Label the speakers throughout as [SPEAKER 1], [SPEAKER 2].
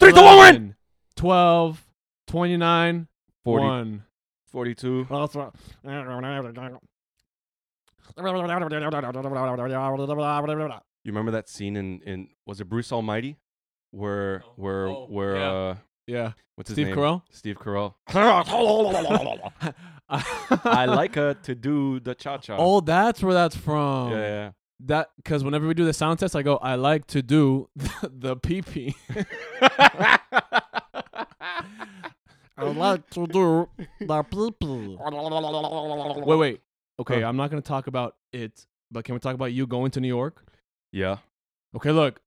[SPEAKER 1] Three to one win.
[SPEAKER 2] 11, 12, 29,
[SPEAKER 1] 40,
[SPEAKER 2] 1.
[SPEAKER 1] 42.
[SPEAKER 2] Also-
[SPEAKER 1] You remember that scene in, in was it Bruce Almighty, where
[SPEAKER 2] Oh,
[SPEAKER 1] where
[SPEAKER 2] oh,
[SPEAKER 1] where
[SPEAKER 2] yeah.
[SPEAKER 1] uh,
[SPEAKER 2] Yeah.
[SPEAKER 1] what's his
[SPEAKER 2] Steve
[SPEAKER 1] name?
[SPEAKER 2] Carell?
[SPEAKER 1] Steve Carell. I
[SPEAKER 2] I
[SPEAKER 1] like her to do the cha cha.
[SPEAKER 2] Oh, that's where that's from.
[SPEAKER 1] yeah, yeah.
[SPEAKER 2] That because whenever we do the sound test, I go, I like to do the pee pee. I like to do the pee pee. Wait, wait. Okay,
[SPEAKER 1] Huh.
[SPEAKER 2] I'm not gonna talk about it, but can we talk about you going to New York?
[SPEAKER 1] yeah.
[SPEAKER 2] Okay, look.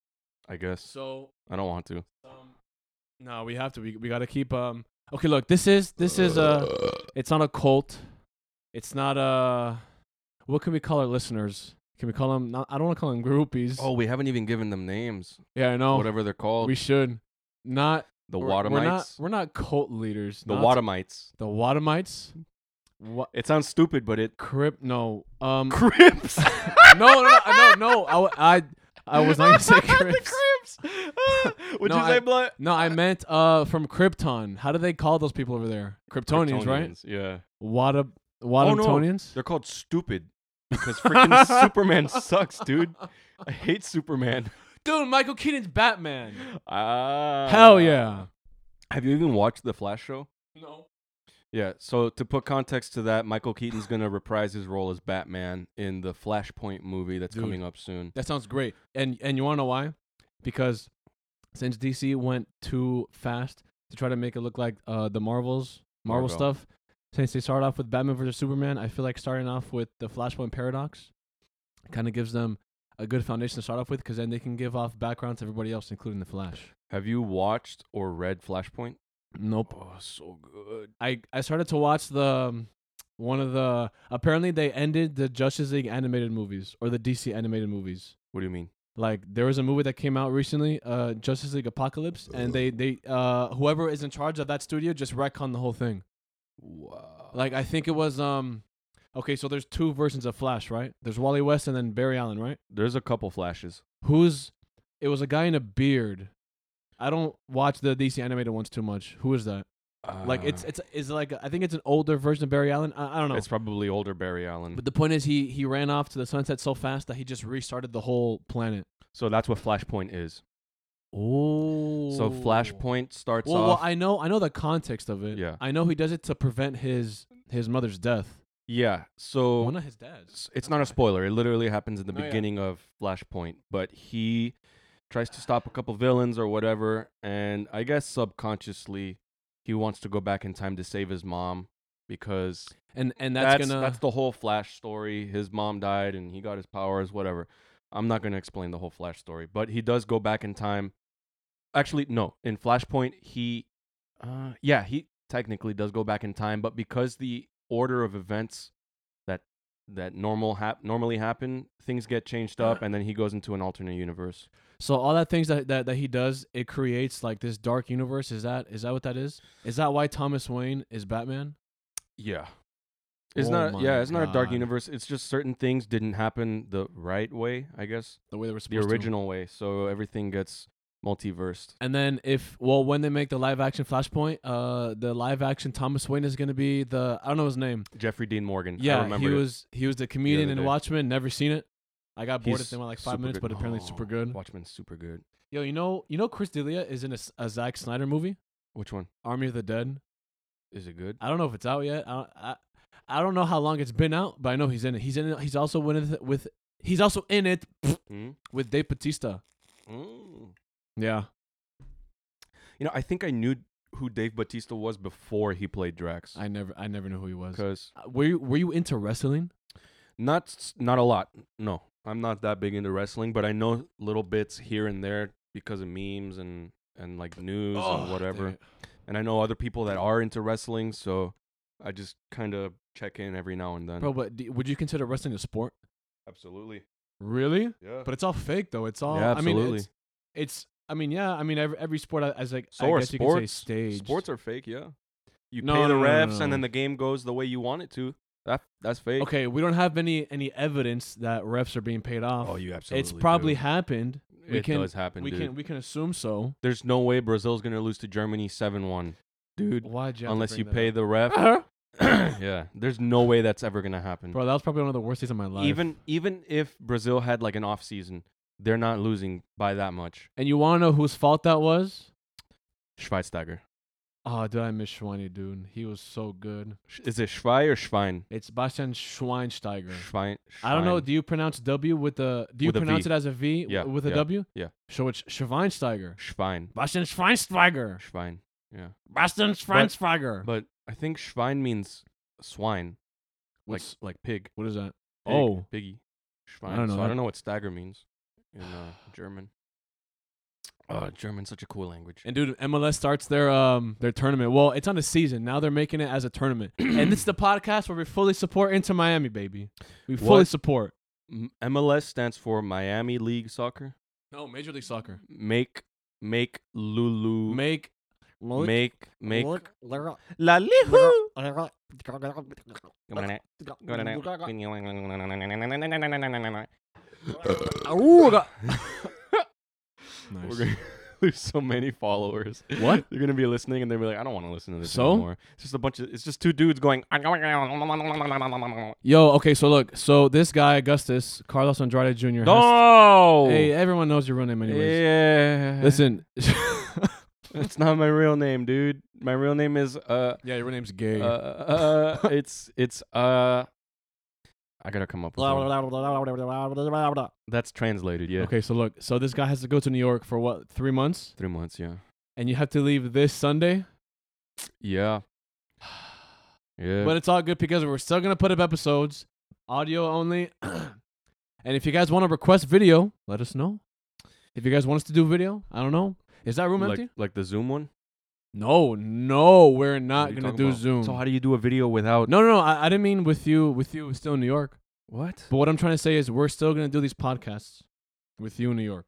[SPEAKER 1] I guess
[SPEAKER 2] So
[SPEAKER 1] I don't want to.
[SPEAKER 2] Um, no, we have to. We, we got to keep. Um. Okay, look. This is this is a. It's not a cult. It's not a. What can we call our listeners? Can we call them? Not, I don't want to call them groupies.
[SPEAKER 1] Oh, we haven't even given them names.
[SPEAKER 2] yeah, I know.
[SPEAKER 1] Whatever they're called,
[SPEAKER 2] We should not.
[SPEAKER 1] the
[SPEAKER 2] we're-
[SPEAKER 1] Wadamites.
[SPEAKER 2] We're not. We're not cult leaders.
[SPEAKER 1] the
[SPEAKER 2] not-
[SPEAKER 1] Wadamites.
[SPEAKER 2] The Wadamites. What?
[SPEAKER 1] It sounds stupid, but it
[SPEAKER 2] Crip? No. Um.
[SPEAKER 1] Crips.
[SPEAKER 2] no, no, no, no, no. I, w- I, I was not gonna say Crips.
[SPEAKER 1] the Crips. Would
[SPEAKER 2] No,
[SPEAKER 1] you
[SPEAKER 2] I-
[SPEAKER 1] say blood?
[SPEAKER 2] No, I meant uh from Krypton. How do they call those people over there? Kryptonians, right?
[SPEAKER 1] Kryptonians, Yeah.
[SPEAKER 2] Wada
[SPEAKER 1] no.
[SPEAKER 2] Wadamtonians?
[SPEAKER 1] They're called stupid because freaking Superman sucks, dude. I hate Superman.
[SPEAKER 2] Dude, Michael Keaton's Batman.
[SPEAKER 1] Ah.
[SPEAKER 2] Hell yeah.
[SPEAKER 1] Have you even watched the Flash show?
[SPEAKER 2] No.
[SPEAKER 1] Yeah. So to put context to that, Michael Keaton's gonna reprise his role as Batman in the Flashpoint movie that's
[SPEAKER 2] Dude.
[SPEAKER 1] coming up soon.
[SPEAKER 2] That sounds great. And and you wanna know why? Because since DC went too fast to try to make it look like uh the Marvels, Marvel
[SPEAKER 1] Marvel.
[SPEAKER 2] stuff, since they started off with Batman versus Superman, I feel like starting off with the Flashpoint paradox kind of gives them a good foundation to start off with because then they can give off background to everybody else, including the Flash.
[SPEAKER 1] Have you watched or read Flashpoint?
[SPEAKER 2] Nope.
[SPEAKER 1] Oh, so good.
[SPEAKER 2] I I started to watch the um, one of the apparently they ended the Justice League animated movies or the DC animated movies.
[SPEAKER 1] What do you mean?
[SPEAKER 2] Like there was a movie that came out recently, uh, Justice League Apocalypse, and they they uh whoever is in charge of that studio just retconned the whole thing.
[SPEAKER 1] Wow.
[SPEAKER 2] Like I think it was um, okay, so there's two versions of Flash, right? There's Wally West and then Barry Allen, right?
[SPEAKER 1] There's a couple flashes.
[SPEAKER 2] Who's it was a guy in a beard. I don't watch the DC animated ones too much. Who is that? Like it's
[SPEAKER 1] it's,
[SPEAKER 2] it's is like I think it's an older version of Barry Allen. I, I don't know.
[SPEAKER 1] probably older Barry Allen.
[SPEAKER 2] But the point is, he he ran off to the sunset so fast that he just restarted the whole planet.
[SPEAKER 1] so that's what Flashpoint is.
[SPEAKER 2] Oh,
[SPEAKER 1] So Flashpoint starts
[SPEAKER 2] Well, well,
[SPEAKER 1] off.
[SPEAKER 2] I know I know the context of it.
[SPEAKER 1] Yeah.
[SPEAKER 2] I know he does it to prevent his his mother's death.
[SPEAKER 1] yeah.
[SPEAKER 2] Oh,
[SPEAKER 1] So
[SPEAKER 2] not his dad's.
[SPEAKER 1] s- it's not a spoiler. It literally happens in the
[SPEAKER 2] No, Oh, yeah.
[SPEAKER 1] beginning of Flashpoint. But he tries to stop a couple villains or whatever, and I guess subconsciously he wants to go back in time to save his mom because
[SPEAKER 2] And and that's,
[SPEAKER 1] that's that's,
[SPEAKER 2] gonna
[SPEAKER 1] the whole Flash story. His mom died, and he got his powers. Whatever. I'm not gonna explain the whole Flash story, but he does go back in time. Actually, no. In Flashpoint, he, uh, yeah, he technically does go back in time, but because the order of events that that normal hap- normally happen, things get changed
[SPEAKER 2] Uh.
[SPEAKER 1] up, and then he goes into an alternate universe.
[SPEAKER 2] so all that things that, that that he does it creates like this dark universe. Is that is that what that is? Is that why Thomas Wayne is Batman?
[SPEAKER 1] Yeah. It's
[SPEAKER 2] Oh
[SPEAKER 1] not
[SPEAKER 2] my
[SPEAKER 1] yeah, it's not a dark
[SPEAKER 2] God.
[SPEAKER 1] universe. It's just certain things didn't happen the right way, I guess.
[SPEAKER 2] The way they were
[SPEAKER 1] the
[SPEAKER 2] supposed to.
[SPEAKER 1] original way, so everything gets multiversed.
[SPEAKER 2] And then if well, when they make the live action Flashpoint, uh, the live action Thomas Wayne is gonna be the I don't know his name.
[SPEAKER 1] Jeffrey Dean Morgan. I
[SPEAKER 2] Yeah, he
[SPEAKER 1] remember it.
[SPEAKER 2] was he was the comedian in
[SPEAKER 1] day.
[SPEAKER 2] Watchmen. Never seen it. I got bored
[SPEAKER 1] He's
[SPEAKER 2] of him in like five
[SPEAKER 1] super
[SPEAKER 2] minutes,
[SPEAKER 1] good. Oh,
[SPEAKER 2] but apparently it's super good.
[SPEAKER 1] Watchmen's super good.
[SPEAKER 2] Yo, you know you know Chris D'Elia is in a, S- a Zack Snyder movie,
[SPEAKER 1] Which one
[SPEAKER 2] Army of the Dead.
[SPEAKER 1] is it good?
[SPEAKER 2] I don't know if it's out yet. I don't, I, I don't know how long it's been out, but I know he's in it. He's in it. He's also with with he's also in it
[SPEAKER 1] Hmm?
[SPEAKER 2] with Dave Batista.
[SPEAKER 1] Mm.
[SPEAKER 2] Yeah.
[SPEAKER 1] You know, I think I knew who Dave Batista was before he played Drax.
[SPEAKER 2] I never I never knew who he was. Uh,
[SPEAKER 1] Because
[SPEAKER 2] Were you, were you into wrestling?
[SPEAKER 1] not s- not a lot. No, I'm not that big into wrestling, but I know little bits here and there because of memes and and like news
[SPEAKER 2] Oh,
[SPEAKER 1] and
[SPEAKER 2] dang
[SPEAKER 1] whatever.
[SPEAKER 2] it.
[SPEAKER 1] And I know other people that are into wrestling, so I just kind of check in every now and then.
[SPEAKER 2] Bro, but d would you consider wrestling a sport?
[SPEAKER 1] Absolutely.
[SPEAKER 2] Really?
[SPEAKER 1] Yeah.
[SPEAKER 2] But it's all fake though. It's all
[SPEAKER 1] yeah,
[SPEAKER 2] I mean
[SPEAKER 1] absolutely.
[SPEAKER 2] it's, it's I mean yeah, I mean every, every sport as like
[SPEAKER 1] So
[SPEAKER 2] I
[SPEAKER 1] are
[SPEAKER 2] guess you could say
[SPEAKER 1] sports.
[SPEAKER 2] stage.
[SPEAKER 1] Sports are fake, yeah. You
[SPEAKER 2] No,
[SPEAKER 1] pay the
[SPEAKER 2] no, no, no,
[SPEAKER 1] refs,
[SPEAKER 2] no.
[SPEAKER 1] and then the game goes the way you want it to. That that's fake.
[SPEAKER 2] Okay, we don't have any any evidence that refs are being paid off.
[SPEAKER 1] Oh, you
[SPEAKER 2] it's probably happened. we
[SPEAKER 1] it
[SPEAKER 2] can
[SPEAKER 1] does happen,
[SPEAKER 2] we
[SPEAKER 1] dude.
[SPEAKER 2] can we can assume so.
[SPEAKER 1] There's no way Brazil's gonna lose to Germany seven one, dude.
[SPEAKER 2] Why? You have to
[SPEAKER 1] Unless
[SPEAKER 2] bring
[SPEAKER 1] you
[SPEAKER 2] that
[SPEAKER 1] pay
[SPEAKER 2] up? Uh-huh.
[SPEAKER 1] the ref. yeah, there's no way that's ever gonna happen.
[SPEAKER 2] Bro, that was probably one of the worst days of my life.
[SPEAKER 1] Mm. even even if Brazil had like an off season, they're not losing by that much.
[SPEAKER 2] and you want to know whose fault that was?
[SPEAKER 1] Schweinsteiger.
[SPEAKER 2] Oh, dude, I miss Schweine, dude. He was so good.
[SPEAKER 1] Sh- Is it Schwei or Schwein?
[SPEAKER 2] It's Bastian Schweinsteiger.
[SPEAKER 1] Schwein.
[SPEAKER 2] I don't know.
[SPEAKER 1] Schwein.
[SPEAKER 2] Do you pronounce W with the? Do you
[SPEAKER 1] With a
[SPEAKER 2] pronounce
[SPEAKER 1] V.
[SPEAKER 2] it as a V w-
[SPEAKER 1] Yeah,
[SPEAKER 2] with a
[SPEAKER 1] yeah,
[SPEAKER 2] W?
[SPEAKER 1] yeah.
[SPEAKER 2] So it's Schweinsteiger.
[SPEAKER 1] Schwein.
[SPEAKER 2] Bastian Schweinsteiger.
[SPEAKER 1] Schwein. Yeah.
[SPEAKER 2] Bastian Schweinsteiger.
[SPEAKER 1] But I think Schwein means swine, like
[SPEAKER 2] What's-
[SPEAKER 1] like pig.
[SPEAKER 2] what is that?
[SPEAKER 1] Pig,
[SPEAKER 2] Oh.
[SPEAKER 1] piggy. Schwein.
[SPEAKER 2] don't know
[SPEAKER 1] So
[SPEAKER 2] that-
[SPEAKER 1] I don't know what stagger means in uh, German. Oh, German's such a cool language.
[SPEAKER 2] And dude, MLS starts their um their tournament. Well, it's on the season now. They're making it as a tournament, and this is the podcast where we fully support Inter Miami, baby. We fully
[SPEAKER 1] What?
[SPEAKER 2] support.
[SPEAKER 1] M- MLS stands for Miami League Soccer.
[SPEAKER 2] No, Major League Soccer.
[SPEAKER 1] Make make Lulu
[SPEAKER 2] Make
[SPEAKER 1] make make
[SPEAKER 2] La Lihu.
[SPEAKER 1] eh. We're gonna lose so many followers.
[SPEAKER 2] What?
[SPEAKER 1] They're gonna be listening and they're gonna be like, I don't want to listen to this
[SPEAKER 2] So?
[SPEAKER 1] anymore. It's just a bunch of it's just two dudes going "Ah, No
[SPEAKER 2] Yo, okay, so look, so this guy Augustus Carlos Andrade Jr. Has, hey, everyone knows your real name, anyways.
[SPEAKER 1] Yeah
[SPEAKER 2] Listen,
[SPEAKER 1] It's not my real name, dude. My real name is uh
[SPEAKER 2] yeah, your real name's Gay.
[SPEAKER 1] uh, uh it's it's uh I gotta come up with one. That's translated, yeah.
[SPEAKER 2] Okay, so look, so this guy has to go to New York for what three months,
[SPEAKER 1] Three months, yeah.
[SPEAKER 2] and you have to leave this Sunday.
[SPEAKER 1] Yeah. Yeah.
[SPEAKER 2] But it's all good because we're still gonna put up episodes, audio only. and if you guys want to request video, let us know. If you guys want us to do video, I don't know. Is that room
[SPEAKER 1] like,
[SPEAKER 2] empty?
[SPEAKER 1] like the Zoom one?
[SPEAKER 2] No, no, we're
[SPEAKER 1] What are
[SPEAKER 2] not
[SPEAKER 1] you
[SPEAKER 2] gonna
[SPEAKER 1] talking
[SPEAKER 2] do
[SPEAKER 1] about?
[SPEAKER 2] Zoom.
[SPEAKER 1] So how do you do a video without
[SPEAKER 2] no, no, no. I, I didn't mean with you. With you, still in New York.
[SPEAKER 1] what?
[SPEAKER 2] But what I'm trying to say is, we're still gonna do these podcasts with you in New York,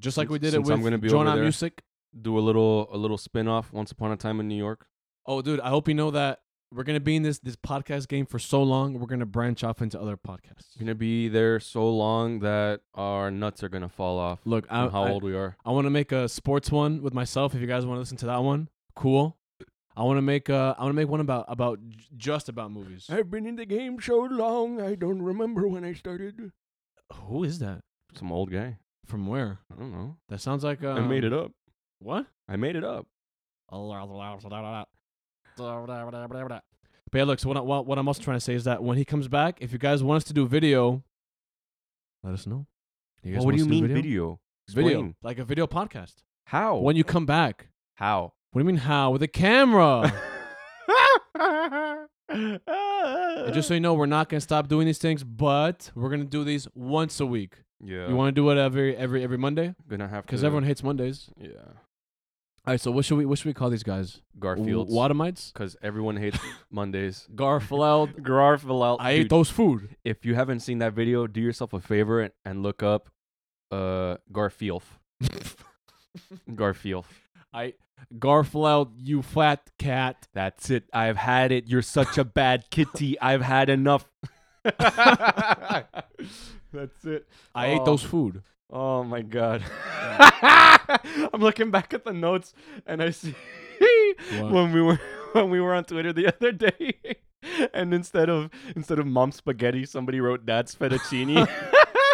[SPEAKER 2] just like we did
[SPEAKER 1] Since
[SPEAKER 2] it
[SPEAKER 1] I'm
[SPEAKER 2] with
[SPEAKER 1] gonna be
[SPEAKER 2] Jonah
[SPEAKER 1] over there.
[SPEAKER 2] Music.
[SPEAKER 1] Do a little a little spin off once upon a time in New York.
[SPEAKER 2] Oh, dude, I hope you know that we're gonna be in this this podcast game for so long. We're gonna branch off into other podcasts.
[SPEAKER 1] We're gonna be there so long that our nuts are gonna fall off.
[SPEAKER 2] Look, I,
[SPEAKER 1] from how
[SPEAKER 2] I,
[SPEAKER 1] old we are.
[SPEAKER 2] I want to make a sports one with myself. If you guys want to listen to that one, cool. I want to make uh, I want to make one about about j- just about movies.
[SPEAKER 1] I've been in the game so long I don't remember when I started.
[SPEAKER 2] Who is that?
[SPEAKER 1] Some old guy.
[SPEAKER 2] From where?
[SPEAKER 1] I don't know.
[SPEAKER 2] That sounds like uh,
[SPEAKER 1] I made it up.
[SPEAKER 2] What?
[SPEAKER 1] I made it up.
[SPEAKER 2] But yeah, look. So what, I, what what I'm also trying to say is that when he comes back, if you guys want us to do video, let us know. You guys
[SPEAKER 1] what
[SPEAKER 2] want
[SPEAKER 1] do
[SPEAKER 2] us to
[SPEAKER 1] you mean video?
[SPEAKER 2] Video,
[SPEAKER 1] Explain. Oh.
[SPEAKER 2] like a video podcast.
[SPEAKER 1] How?
[SPEAKER 2] When you come back,
[SPEAKER 1] how?
[SPEAKER 2] what do you mean how? With a camera. And just
[SPEAKER 1] just
[SPEAKER 2] so you know, we're not gonna stop doing these things, but we're gonna do these once a week.
[SPEAKER 1] yeah.
[SPEAKER 2] You want to do it every every every Monday
[SPEAKER 1] gonna have
[SPEAKER 2] because
[SPEAKER 1] to-
[SPEAKER 2] everyone hates Mondays.
[SPEAKER 1] yeah
[SPEAKER 2] All right, so what should we what should we call these guys?
[SPEAKER 1] Garfields
[SPEAKER 2] Wadamites,
[SPEAKER 1] because everyone hates Mondays.
[SPEAKER 2] Garfield.
[SPEAKER 1] Garfield.
[SPEAKER 2] I ate those food.
[SPEAKER 1] if you haven't seen that video, do yourself a favor and, and look up uh Garfield. Garfield.
[SPEAKER 2] I Garfield, you fat cat.
[SPEAKER 1] That's it. I've had it. You're such a bad kitty. I've had enough. That's it.
[SPEAKER 2] I ate
[SPEAKER 1] Oh.
[SPEAKER 2] those food.
[SPEAKER 1] Oh my god. I'm looking back at the notes and I see when we were when we were on Twitter the other day. And instead of instead of mom spaghetti, somebody wrote dad's fettuccine.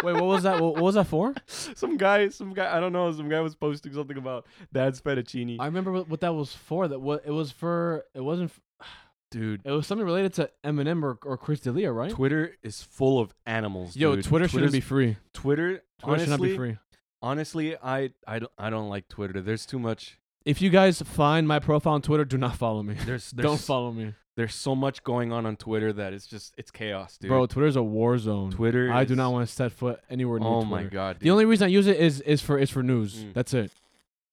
[SPEAKER 2] Wait, what was that? What, what was that for?
[SPEAKER 1] some guy, some guy, I don't know, some guy was posting something about dad's fettuccine.
[SPEAKER 2] I remember what, what that was for. That what it was for. It wasn't. f-
[SPEAKER 1] dude,
[SPEAKER 2] It was something related to Eminem or or Chris D'Elia, right?
[SPEAKER 1] Twitter is full of animals.
[SPEAKER 2] Yo,
[SPEAKER 1] dude.
[SPEAKER 2] Twitter shouldn't
[SPEAKER 1] Twitter's-
[SPEAKER 2] be free.
[SPEAKER 1] Twitter.
[SPEAKER 2] Twitter should not
[SPEAKER 1] honestly,
[SPEAKER 2] be free.
[SPEAKER 1] honestly, I I don't I don't like Twitter. There's too much.
[SPEAKER 2] If you guys find my profile on Twitter, do not follow me.
[SPEAKER 1] There's, there's
[SPEAKER 2] Don't follow me,
[SPEAKER 1] There's so much going on on Twitter that it's just it's chaos, dude.
[SPEAKER 2] bro. Twitter's a war zone.
[SPEAKER 1] Twitter.
[SPEAKER 2] I do
[SPEAKER 1] is-
[SPEAKER 2] not want to set foot anywhere near
[SPEAKER 1] Oh
[SPEAKER 2] Twitter.
[SPEAKER 1] my god.
[SPEAKER 2] The only reason I use it is is for is for news.
[SPEAKER 1] Mm.
[SPEAKER 2] That's it.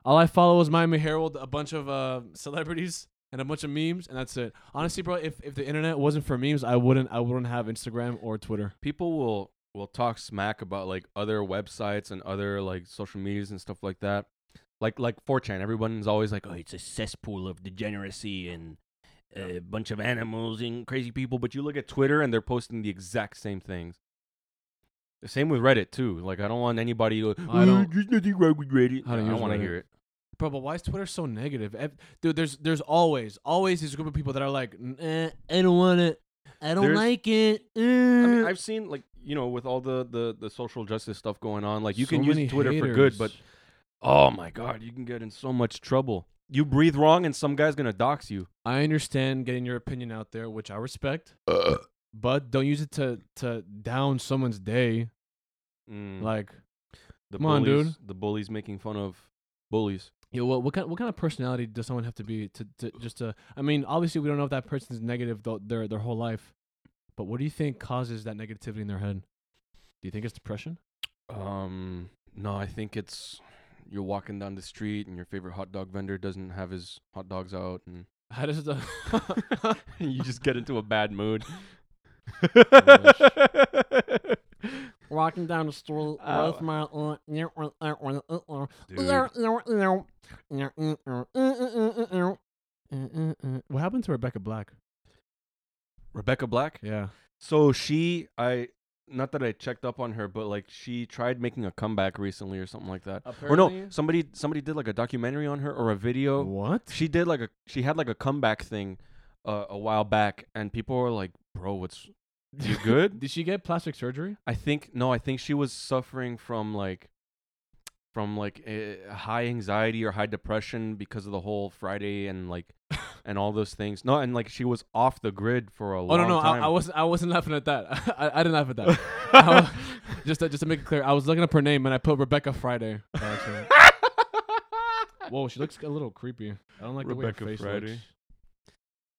[SPEAKER 2] All I follow is Miami Herald, a bunch of uh, celebrities, and a bunch of memes, and that's it. Honestly, bro, if, if the internet wasn't for memes, I wouldn't I wouldn't have Instagram or Twitter.
[SPEAKER 1] people will will talk smack about like other websites and other like social medias and stuff like that. Like like 4chan, everyone's always like,
[SPEAKER 3] oh, it's a cesspool of degeneracy and a bunch of animals and crazy people.
[SPEAKER 1] people, but you look at Twitter and they're posting the exact same things. The same with Reddit too. Like I don't want anybody to.
[SPEAKER 2] I
[SPEAKER 1] "Oh,
[SPEAKER 2] don't-
[SPEAKER 1] There's nothing wrong with Reddit.
[SPEAKER 2] I don't use
[SPEAKER 1] I don't want
[SPEAKER 2] Reddit.
[SPEAKER 1] to hear it.
[SPEAKER 2] Bro, but why is Twitter so negative? Ev- Dude, there's there's always always these group of people that are like, "N- eh, I don't want it, I don't
[SPEAKER 1] There's-
[SPEAKER 2] like it. eh."
[SPEAKER 1] I mean, I've seen like you know with all the the the social justice stuff going on, like you
[SPEAKER 2] So
[SPEAKER 1] can
[SPEAKER 2] many
[SPEAKER 1] use Twitter for good, but
[SPEAKER 2] haters.
[SPEAKER 1] oh my god, you can get in so much trouble. You breathe wrong, and some guy's gonna dox you.
[SPEAKER 2] I understand getting your opinion out there, which I respect,
[SPEAKER 1] Uh.
[SPEAKER 2] but don't use it to to down someone's day.
[SPEAKER 1] Mm,
[SPEAKER 2] Like,
[SPEAKER 1] the
[SPEAKER 2] come on,
[SPEAKER 1] bullies- The bullies making fun of bullies.
[SPEAKER 2] yo, what what kind what kind of personality does someone have to be to, to just to? I mean, obviously we don't know if that person's negative th- their their whole life, but what do you think causes that negativity in their head? Do you think it's depression?
[SPEAKER 1] Um, no, I think it's you're walking down the street and your favorite hot dog vendor doesn't have his hot dogs out, and
[SPEAKER 2] How does the
[SPEAKER 1] you just get into a bad mood.
[SPEAKER 4] walking down the street
[SPEAKER 1] Oh.
[SPEAKER 4] with my uh, yeah, uh, uh, uh, uh, uh,
[SPEAKER 1] Dude.
[SPEAKER 2] what happened to Rebecca Black?
[SPEAKER 1] Rebecca Black.
[SPEAKER 2] Yeah,
[SPEAKER 1] So she, I, not that I checked up on her, but like she tried making a comeback recently or something like that. Or no, somebody somebody did like a documentary on her or a video.
[SPEAKER 2] what?
[SPEAKER 1] She did like a she had like a comeback thing uh, a while back, and people were like, "Bro, what's you good?"
[SPEAKER 2] Did she get plastic surgery?
[SPEAKER 1] I think no, I think she was suffering from like from like a high anxiety or high depression because of the whole Friday and like and all those things. No, and like she was off the grid for a
[SPEAKER 2] Oh
[SPEAKER 1] long
[SPEAKER 2] no, no, I,
[SPEAKER 1] time.
[SPEAKER 2] I wasn't. I wasn't laughing at that. I, I didn't laugh at that. I wa- just to, just to make it clear, I was looking up her name and I put Rebecca Friday. by accident. Oh, Whoa, she looks a little creepy. I don't like
[SPEAKER 1] Rebecca
[SPEAKER 2] the way her face
[SPEAKER 1] Friday.
[SPEAKER 2] looks.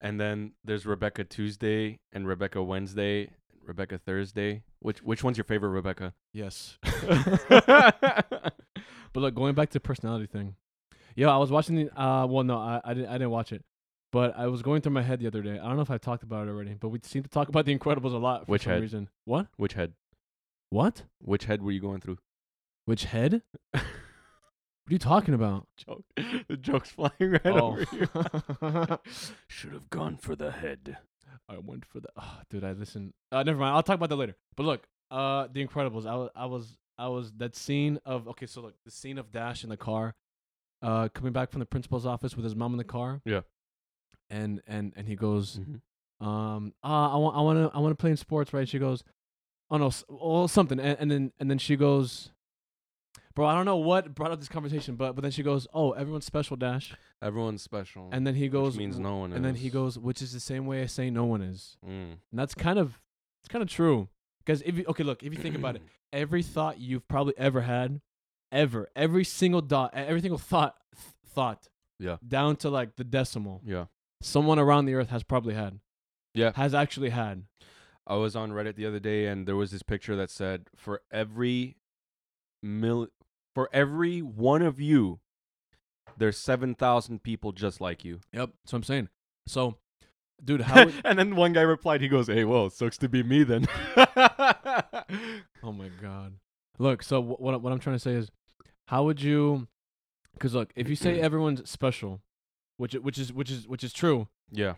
[SPEAKER 1] and then there's Rebecca Tuesday and Rebecca Wednesday, Rebecca Thursday. Which which one's your favorite, Rebecca?
[SPEAKER 2] Yes. But look, going back to personality thing. Yo, I was watching the. Uh, well, no, I, I didn't. I didn't watch it. But I was going through my head the other day. I don't know if I talked about it already, but we seem to talk about The Incredibles a lot for
[SPEAKER 1] Which
[SPEAKER 2] some
[SPEAKER 1] head?
[SPEAKER 2] reason. What?
[SPEAKER 1] which head?
[SPEAKER 2] What?
[SPEAKER 1] Which head were you going through?
[SPEAKER 2] Which head? What are you talking about?
[SPEAKER 1] Joke. The joke's flying right
[SPEAKER 2] Oh.
[SPEAKER 1] over you. Should have gone for the head.
[SPEAKER 2] I went for the. Oh, dude, I listened. Uh, never mind. I'll talk about that later. But look, uh, The Incredibles. I was, I was, I was that scene of. Okay, so look, the scene of Dash in the car, uh, coming back from the principal's office with his mom in the car.
[SPEAKER 1] Yeah. Mm.
[SPEAKER 2] And and and he goes,
[SPEAKER 1] Mm-hmm.
[SPEAKER 2] um, uh, I want, I want to, I want to play in sports, right? She goes, oh no, s- oh something, and, and then and then she goes, bro, I don't know what brought up this conversation, but but then she goes, oh, everyone's special, Dash,
[SPEAKER 1] Everyone's special.
[SPEAKER 2] and then he goes,
[SPEAKER 1] Mm. which means
[SPEAKER 2] "W-
[SPEAKER 1] no one.
[SPEAKER 2] and then he
[SPEAKER 1] is.
[SPEAKER 2] goes, which is the same way I say no one is.
[SPEAKER 1] Mm.
[SPEAKER 2] And that's kind of it's kind of true. Because if you okay, look, if you think about it, every thought you've probably ever had, ever, every single dot, e, every single thought, th- thought,
[SPEAKER 1] Yeah.
[SPEAKER 2] down to like the decimal,
[SPEAKER 1] Yeah.
[SPEAKER 2] someone around the earth has probably had,
[SPEAKER 1] Yeah.
[SPEAKER 2] has actually had.
[SPEAKER 1] I was on Reddit the other day and there was this picture that said for every mil for every one of you there's 7,000 people just like you.
[SPEAKER 2] Yep, that's what I'm saying. So, dude, how? would-
[SPEAKER 1] and then one guy replied he goes, "Hey, well, it sucks to be me then."
[SPEAKER 2] oh my god! Look, so wh- what I- what I'm trying to say is, how would you? Because look, if you say everyone's special, which i- which is which is which is true,
[SPEAKER 1] yeah.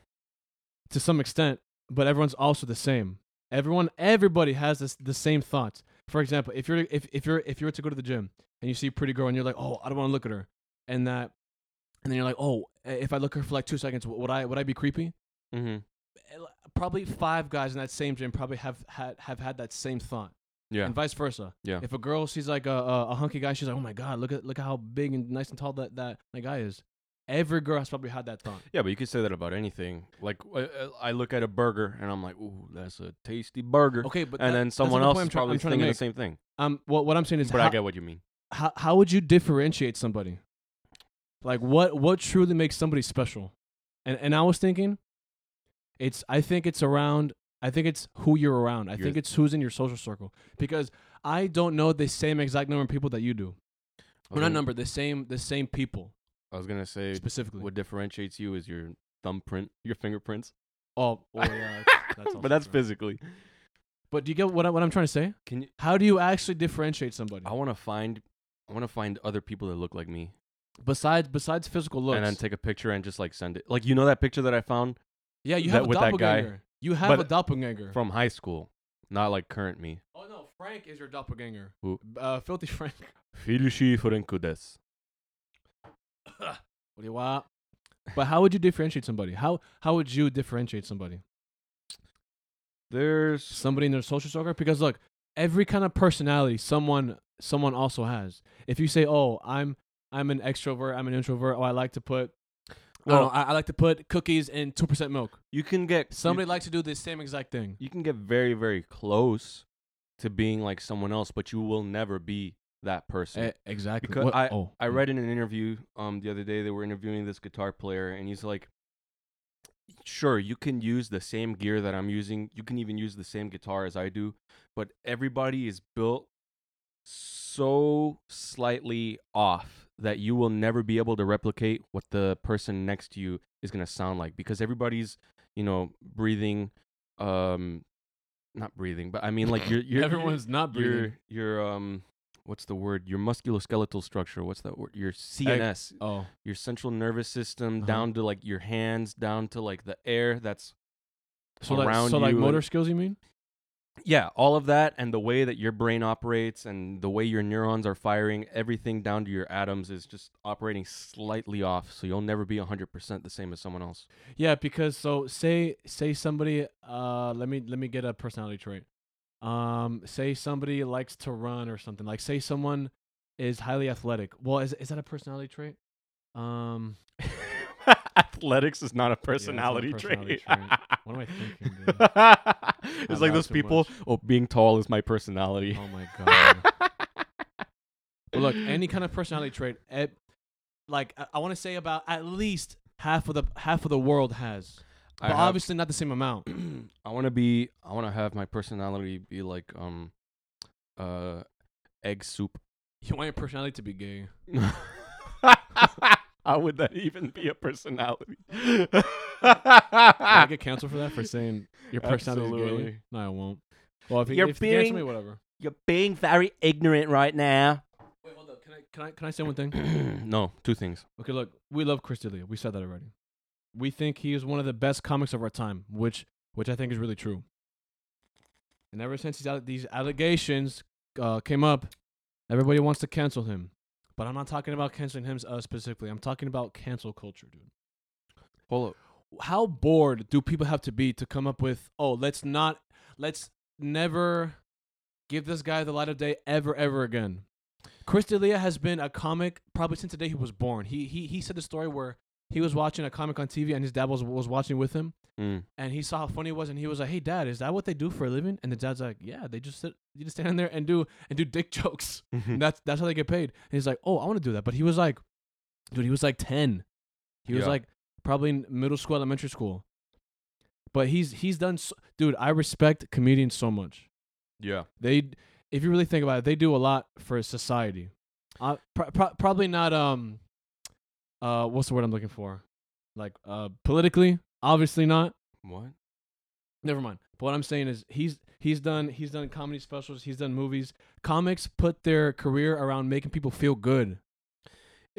[SPEAKER 2] to some extent, but everyone's also the same. Everyone, everybody has this, the same thoughts. For example, if you're if, if you're if you were to go to the gym and you see a pretty girl and you're like, oh, I don't want to look at her, and that, and then you're like, oh, if I look at her for like two seconds, would I would I be creepy?
[SPEAKER 1] Mhm.
[SPEAKER 2] Probably five guys in that same gym probably have had have had that same thought,
[SPEAKER 1] Yeah.
[SPEAKER 2] and vice versa.
[SPEAKER 1] Yeah.
[SPEAKER 2] If a girl sees like a, a, a hunky guy, she's like, oh my god, look at look at how big and nice and tall that that, that guy is. Every girl has probably had that thought.
[SPEAKER 1] Yeah, but you could say that about anything. Like uh, uh, I look at a burger and I'm like, "Ooh, that's a tasty burger."
[SPEAKER 2] Okay, but
[SPEAKER 1] and
[SPEAKER 2] that-
[SPEAKER 1] then
[SPEAKER 2] that's
[SPEAKER 1] someone
[SPEAKER 2] not the
[SPEAKER 1] else
[SPEAKER 2] point
[SPEAKER 1] is
[SPEAKER 2] I'm try-
[SPEAKER 1] probably
[SPEAKER 2] I'm trying to
[SPEAKER 1] thinking the
[SPEAKER 2] make.
[SPEAKER 1] same thing.
[SPEAKER 2] um, what what I'm saying is,
[SPEAKER 1] But
[SPEAKER 2] how-
[SPEAKER 1] I get what you mean.
[SPEAKER 2] how how would you differentiate somebody? Like what what truly makes somebody special? And and I was thinking, it's I think it's around I think it's who you're around. I
[SPEAKER 1] Your-
[SPEAKER 2] think it's who's in your social circle because I don't know the same exact number of people that you do. Or
[SPEAKER 1] I was
[SPEAKER 2] not
[SPEAKER 1] gonna-
[SPEAKER 2] number, the same the same people
[SPEAKER 1] I was going to say
[SPEAKER 2] specifically.
[SPEAKER 1] what differentiates you is your thumbprint, your fingerprints.
[SPEAKER 2] oh, well, yeah, that's also
[SPEAKER 1] but that's
[SPEAKER 2] true.
[SPEAKER 1] physically.
[SPEAKER 2] But do you get what I, what I'm trying to say?
[SPEAKER 1] Can you?
[SPEAKER 2] How do you actually differentiate somebody
[SPEAKER 1] I want to find. I want to find other people that look like me,
[SPEAKER 2] besides besides physical looks?
[SPEAKER 1] and then take a picture and just like send it. Like you know that picture that I found
[SPEAKER 2] yeah, you
[SPEAKER 1] that
[SPEAKER 2] have a
[SPEAKER 1] with that guy.
[SPEAKER 2] doppelganger. You have
[SPEAKER 1] But-
[SPEAKER 2] a doppelganger.
[SPEAKER 1] from high school, not like current me.
[SPEAKER 2] oh no, Frank is your doppelganger.
[SPEAKER 1] Who?
[SPEAKER 2] Uh, Filthy Frank.
[SPEAKER 1] Filshi Franco des.
[SPEAKER 2] What do you want? But how would you differentiate somebody? How how would you differentiate somebody?
[SPEAKER 1] There's
[SPEAKER 2] Somebody in their social circle? Because look, every kind of personality someone someone also has. If you say, "Oh, I'm I'm an extrovert. I'm an introvert. Oh, I like to put oh, well, I,
[SPEAKER 1] well,
[SPEAKER 2] don't know, I, I like to put cookies in two percent milk."
[SPEAKER 1] you can get you-
[SPEAKER 2] Somebody likes to do the same exact thing.
[SPEAKER 1] you can get very very close to being like someone else, but you will never be that person.
[SPEAKER 2] Eh, exactly.
[SPEAKER 1] because
[SPEAKER 2] What- oh,
[SPEAKER 1] I read in an interview um the other day they were interviewing this guitar player and he's like sure you can use the same gear that I'm using you can even use the same guitar as I do but everybody is built so slightly off that you will never be able to replicate what the person next to you is going to sound like because everybody's you know breathing um not breathing but I mean like you're, you're
[SPEAKER 2] Everyone's not breathing.
[SPEAKER 1] your your um what's the word your musculoskeletal structure what's that word your cns
[SPEAKER 2] Oh,
[SPEAKER 1] your central nervous system
[SPEAKER 2] Uh-huh.
[SPEAKER 1] down to like your hands down to like the air that's
[SPEAKER 2] so like
[SPEAKER 1] around
[SPEAKER 2] so like
[SPEAKER 1] you
[SPEAKER 2] motor
[SPEAKER 1] and-
[SPEAKER 2] skills. You mean?
[SPEAKER 1] yeah all of that and the way that your brain operates and the way your neurons are firing everything down to your atoms is just operating slightly off so you'll never be 100% the same as someone else
[SPEAKER 2] Yeah, because so say say somebody uh let me let me get a personality trait. Um say somebody likes to run or something. Like say someone is highly athletic. Well, is is that a personality trait? Um
[SPEAKER 1] athletics is not a
[SPEAKER 2] personality personality trait. trait. What am I thinking, dude?
[SPEAKER 1] it's
[SPEAKER 2] I've like had those too people, much.
[SPEAKER 1] oh being tall is my personality
[SPEAKER 2] oh my god. but look, any kind of personality trait eh, like I, I want to say about at least half of the half of the world has.
[SPEAKER 1] I
[SPEAKER 2] But
[SPEAKER 1] have-
[SPEAKER 2] obviously not the same amount.
[SPEAKER 1] I want to be. I want to have my personality be like um, uh, egg soup.
[SPEAKER 2] You want your personality to be gay.
[SPEAKER 1] How would that even be a personality?
[SPEAKER 2] I get canceled for that for saying your personality is gay?
[SPEAKER 1] Absolutely.
[SPEAKER 2] No, I won't. Well, if you,
[SPEAKER 3] You're
[SPEAKER 2] if you cancel
[SPEAKER 3] being-
[SPEAKER 2] me, whatever.
[SPEAKER 3] You're being very ignorant right now.
[SPEAKER 2] Wait, hold up. Can I can I can I say one thing?
[SPEAKER 1] no, two things.
[SPEAKER 2] Okay, look, we love Chris D'Elia. We said that already. We think he is one of the best comics of our time, which which I think is really true. And ever since these, alle- these allegations uh, came up, everybody wants to cancel him. But I'm not talking about canceling him uh, specifically. I'm talking about cancel culture, dude.
[SPEAKER 1] Hold up.
[SPEAKER 2] how bored do people have to be to come up with oh let's not let's never give this guy the light of day ever ever again chris delia has been a comic probably since the day he was born he he, he said the story where he was watching a comic on tv and his dad was, was watching with him
[SPEAKER 1] Mm.
[SPEAKER 2] and he saw how funny it was and he was like hey dad is that what they do for a living and the dad's like yeah they just sit you just stand in there and do and do dick jokes
[SPEAKER 1] Hmm.
[SPEAKER 2] and that's that's how they get paid. And he's like, oh, I want to do that. But he was like, dude, he was like ten. He was
[SPEAKER 1] Yeah.
[SPEAKER 2] like probably in middle school, elementary school. But he's he's done, so, dude. I respect comedians so much.
[SPEAKER 1] yeah.
[SPEAKER 2] They, if you really think about it, they do a lot for society. Uh, pro- pro- probably not um, uh, what's the word I'm looking for? Like uh, politically, obviously not.
[SPEAKER 1] What?
[SPEAKER 2] Never mind. But what I'm saying is he's he's done he's done comedy specials, he's done movies. Comics put their career around making people feel good.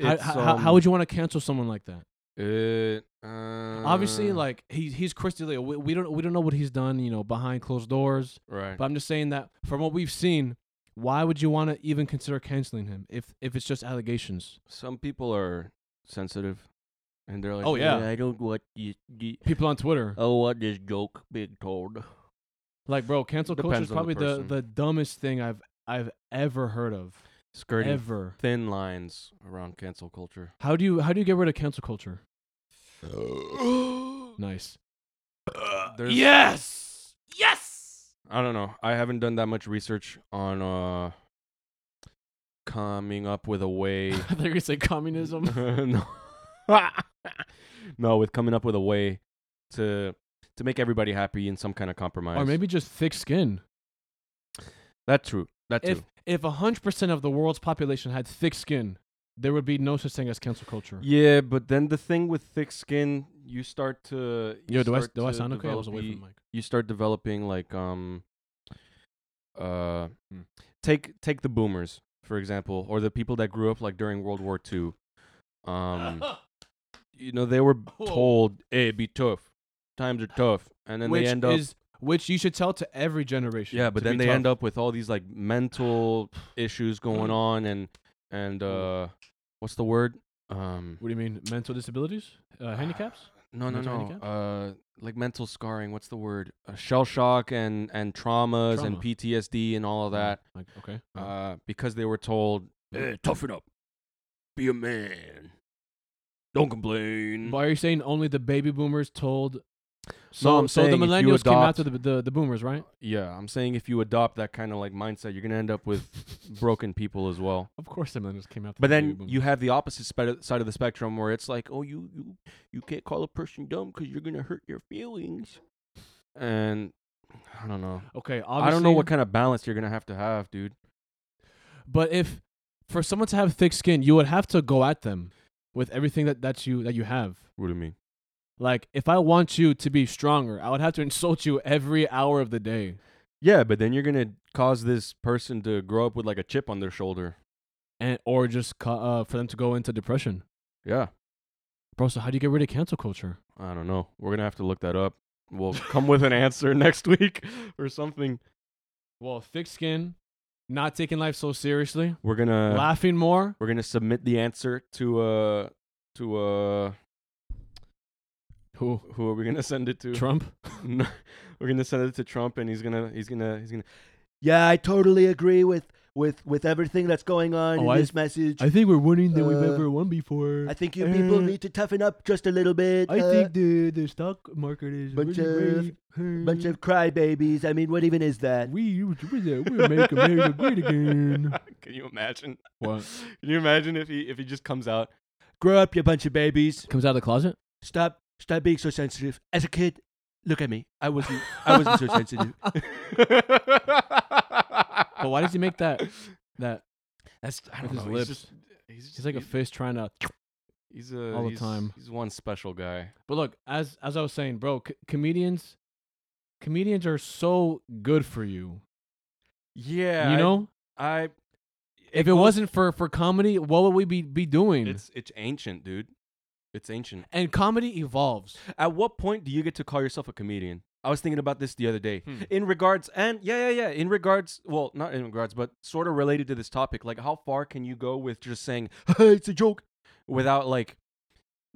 [SPEAKER 2] How, how, how- how would you want to cancel someone like that?
[SPEAKER 1] um, It, uh,
[SPEAKER 2] Obviously, like he, he's Chris D'Elia. We, we don't we don't know what he's done, you know, behind closed doors.
[SPEAKER 1] right.
[SPEAKER 2] But I'm just saying that from what we've seen, why would you want to even consider canceling him if if it's just allegations?
[SPEAKER 1] Some people are sensitive, and they're like,
[SPEAKER 2] Oh yeah,
[SPEAKER 3] I don't want you. you
[SPEAKER 2] people on Twitter.
[SPEAKER 1] Uh,
[SPEAKER 3] I want this joke being told.
[SPEAKER 2] Like, bro, cancel culture
[SPEAKER 1] Depends
[SPEAKER 2] is
[SPEAKER 1] on the
[SPEAKER 2] probably the,
[SPEAKER 1] person.
[SPEAKER 2] the dumbest thing I've I've ever heard of.
[SPEAKER 1] skirting
[SPEAKER 2] Ever.
[SPEAKER 1] thin lines around cancel culture.
[SPEAKER 2] How do you how do you get rid of cancel culture? Nice.
[SPEAKER 4] Uh,
[SPEAKER 1] There's-
[SPEAKER 2] yes.
[SPEAKER 3] Yes!
[SPEAKER 1] I don't know. I haven't done that much research on uh coming up with a way.
[SPEAKER 2] I thought you were gonna say communism.
[SPEAKER 1] no. no, with coming up with a way to to make everybody happy in some kind of compromise.
[SPEAKER 2] or maybe just thick skin.
[SPEAKER 1] that's true. That's
[SPEAKER 2] If
[SPEAKER 1] true.
[SPEAKER 2] if hundred percent of the world's population had thick skin, there would be no such thing as cancel culture.
[SPEAKER 1] Yeah, but then the thing with thick skin, you start to you
[SPEAKER 2] Yo, do I
[SPEAKER 1] start
[SPEAKER 2] do I
[SPEAKER 1] to
[SPEAKER 2] sound okay? I was
[SPEAKER 1] develop
[SPEAKER 2] away
[SPEAKER 1] the-
[SPEAKER 2] from the mic.
[SPEAKER 1] you start developing like um uh
[SPEAKER 2] Hmm.
[SPEAKER 1] take take the boomers for example or the people that grew up like during world war ii um you know they were
[SPEAKER 2] Whoa.
[SPEAKER 1] told hey be tough times are tough and then
[SPEAKER 2] Which
[SPEAKER 1] they end up
[SPEAKER 2] is which you should tell to every generation.
[SPEAKER 1] Yeah, but then they end up with all these like mental issues going
[SPEAKER 2] Mm.
[SPEAKER 1] on and and uh what's the word? Um
[SPEAKER 2] What do you mean, mental disabilities, uh, handicaps?
[SPEAKER 1] no no
[SPEAKER 2] mental
[SPEAKER 1] no.
[SPEAKER 2] handicap?
[SPEAKER 1] Uh like mental scarring, what's the word? Uh, shell shock and and traumas
[SPEAKER 2] Trauma. Mm.
[SPEAKER 1] and PTSD and all of that
[SPEAKER 2] Oh, Like, okay.
[SPEAKER 1] uh because they were told
[SPEAKER 3] Eh, toughen up. Be a man. Don't complain.
[SPEAKER 2] Why are you saying only the baby boomers told? So,
[SPEAKER 1] I'm
[SPEAKER 2] so the
[SPEAKER 1] saying if you
[SPEAKER 2] millennials came
[SPEAKER 1] adopt-
[SPEAKER 2] after the, the the boomers, right?
[SPEAKER 1] yeah, I'm saying if you adopt that kind of like mindset, you're going to end up with broken people as well.
[SPEAKER 2] Of course, the millennials came after.
[SPEAKER 1] But
[SPEAKER 2] the baby
[SPEAKER 1] then
[SPEAKER 2] boomers.
[SPEAKER 1] you have the opposite spe- side of the spectrum where it's like, oh, you you you can't call a person dumb because you're gonna hurt your feelings. And I don't know.
[SPEAKER 2] okay.
[SPEAKER 1] I don't know
[SPEAKER 2] obviously-
[SPEAKER 1] what kind of balance you're gonna have to have, dude.
[SPEAKER 2] But if for someone to have thick skin, you would have to go at them with everything that that's you that you have.
[SPEAKER 1] What do you mean?
[SPEAKER 2] Like if I want you to be stronger, I would have to insult you every hour of the day.
[SPEAKER 1] Yeah, but then you're gonna cause this person to grow up with like a chip on their shoulder.
[SPEAKER 2] And or just ca- uh, for them to go into depression,
[SPEAKER 1] Yeah,
[SPEAKER 2] bro. So how do you get rid of cancel culture?
[SPEAKER 1] I don't know. We're gonna have to look that up. We'll come with an answer next week or something.
[SPEAKER 2] Well, thick skin, not taking life so seriously,
[SPEAKER 1] We're
[SPEAKER 3] Uh.
[SPEAKER 1] gonna
[SPEAKER 2] laughing more.
[SPEAKER 1] we're gonna submit the answer to uh to uh
[SPEAKER 2] Who?
[SPEAKER 1] who are we gonna send it to?
[SPEAKER 2] Trump.
[SPEAKER 1] No, we're gonna send it to Trump, and he's gonna, he's gonna, he's gonna.
[SPEAKER 3] Yeah, I totally agree with with with everything that's going on
[SPEAKER 2] Oh,
[SPEAKER 3] in
[SPEAKER 2] I-
[SPEAKER 3] this message. I, eh.
[SPEAKER 2] I think we're winning than we've
[SPEAKER 3] Uh,
[SPEAKER 2] ever won before. I,
[SPEAKER 3] think you people
[SPEAKER 2] uh,
[SPEAKER 3] need to toughen up just a little bit. uh,
[SPEAKER 2] think the the stock market is
[SPEAKER 3] bunch
[SPEAKER 2] really great.
[SPEAKER 3] uh,
[SPEAKER 2] Hmm.
[SPEAKER 3] bunch of crybabies. I mean, what even is that?
[SPEAKER 2] we we we make America great again.
[SPEAKER 1] Can you imagine?
[SPEAKER 2] What
[SPEAKER 1] Can you imagine if he if he just comes out?
[SPEAKER 3] Grow up, you bunch of babies.
[SPEAKER 2] comes out of the closet?
[SPEAKER 3] Stop stop being so sensitive. As a kid, look at me. I wasn't I wasn't so sensitive.
[SPEAKER 2] But why does he make that that?
[SPEAKER 1] That's I
[SPEAKER 2] with
[SPEAKER 1] don't know.
[SPEAKER 2] his lips?
[SPEAKER 1] he's just, he's, just,
[SPEAKER 2] He's like a fish trying to.
[SPEAKER 1] he's a
[SPEAKER 2] all the
[SPEAKER 1] he's-
[SPEAKER 2] time.
[SPEAKER 1] He's one special guy.
[SPEAKER 2] But look, as as I was saying, bro, c- comedians, comedians are so good for you.
[SPEAKER 1] Yeah,
[SPEAKER 2] you know,
[SPEAKER 1] I.
[SPEAKER 2] if it wasn't for for comedy, what would we be be doing?
[SPEAKER 1] it's it's ancient, dude. It's ancient.
[SPEAKER 2] and comedy evolves.
[SPEAKER 1] At what point do you get to call yourself a comedian? I was thinking about this the other day.
[SPEAKER 2] Hmm.
[SPEAKER 1] In regards, and yeah, yeah, yeah. In regards, well, not in regards, but sort of related to this topic, like how far can you go with just saying it's a joke without like,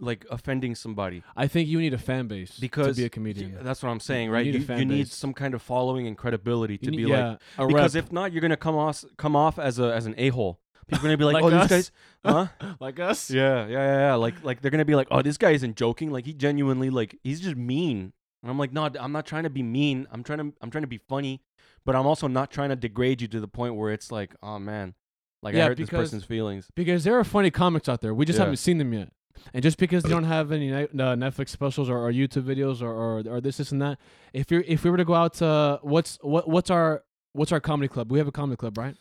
[SPEAKER 1] like offending somebody?
[SPEAKER 2] I think you need a fan base
[SPEAKER 1] Because
[SPEAKER 2] to be a comedian.
[SPEAKER 1] y- uh, that's what I'm saying,
[SPEAKER 2] you
[SPEAKER 1] right?
[SPEAKER 2] need a
[SPEAKER 1] You,
[SPEAKER 2] fan
[SPEAKER 1] you need
[SPEAKER 2] base.
[SPEAKER 1] some kind of following and credibility to
[SPEAKER 2] You
[SPEAKER 1] be
[SPEAKER 2] need-
[SPEAKER 1] like,
[SPEAKER 2] yeah, a
[SPEAKER 1] because
[SPEAKER 2] rep
[SPEAKER 1] if not, you're gonna come off come off as a as an a hole. People are gonna be like,
[SPEAKER 2] Like
[SPEAKER 1] oh,
[SPEAKER 2] us?
[SPEAKER 1] these guys, huh?
[SPEAKER 2] like us,
[SPEAKER 1] Yeah, yeah, yeah, yeah. Like, like they're gonna be like, "Oh, this guy isn't joking. Like, he genuinely, like, he's just mean." And I'm like, "No, I'm not trying to be mean. I'm trying to, I'm trying to be funny, but I'm also not trying to degrade you to the point where it's like, oh man, like I
[SPEAKER 2] Yeah,
[SPEAKER 1] hurt this
[SPEAKER 2] because-
[SPEAKER 1] person's feelings."
[SPEAKER 2] because there are funny comics out there. We just
[SPEAKER 1] Yeah.
[SPEAKER 2] haven't seen them yet. And just because they don't have any ni- uh, Netflix specials or, or YouTube videos or, or or this this and that, if you are if we were to go out to what's what what's our what's our comedy club? We have a comedy club, right?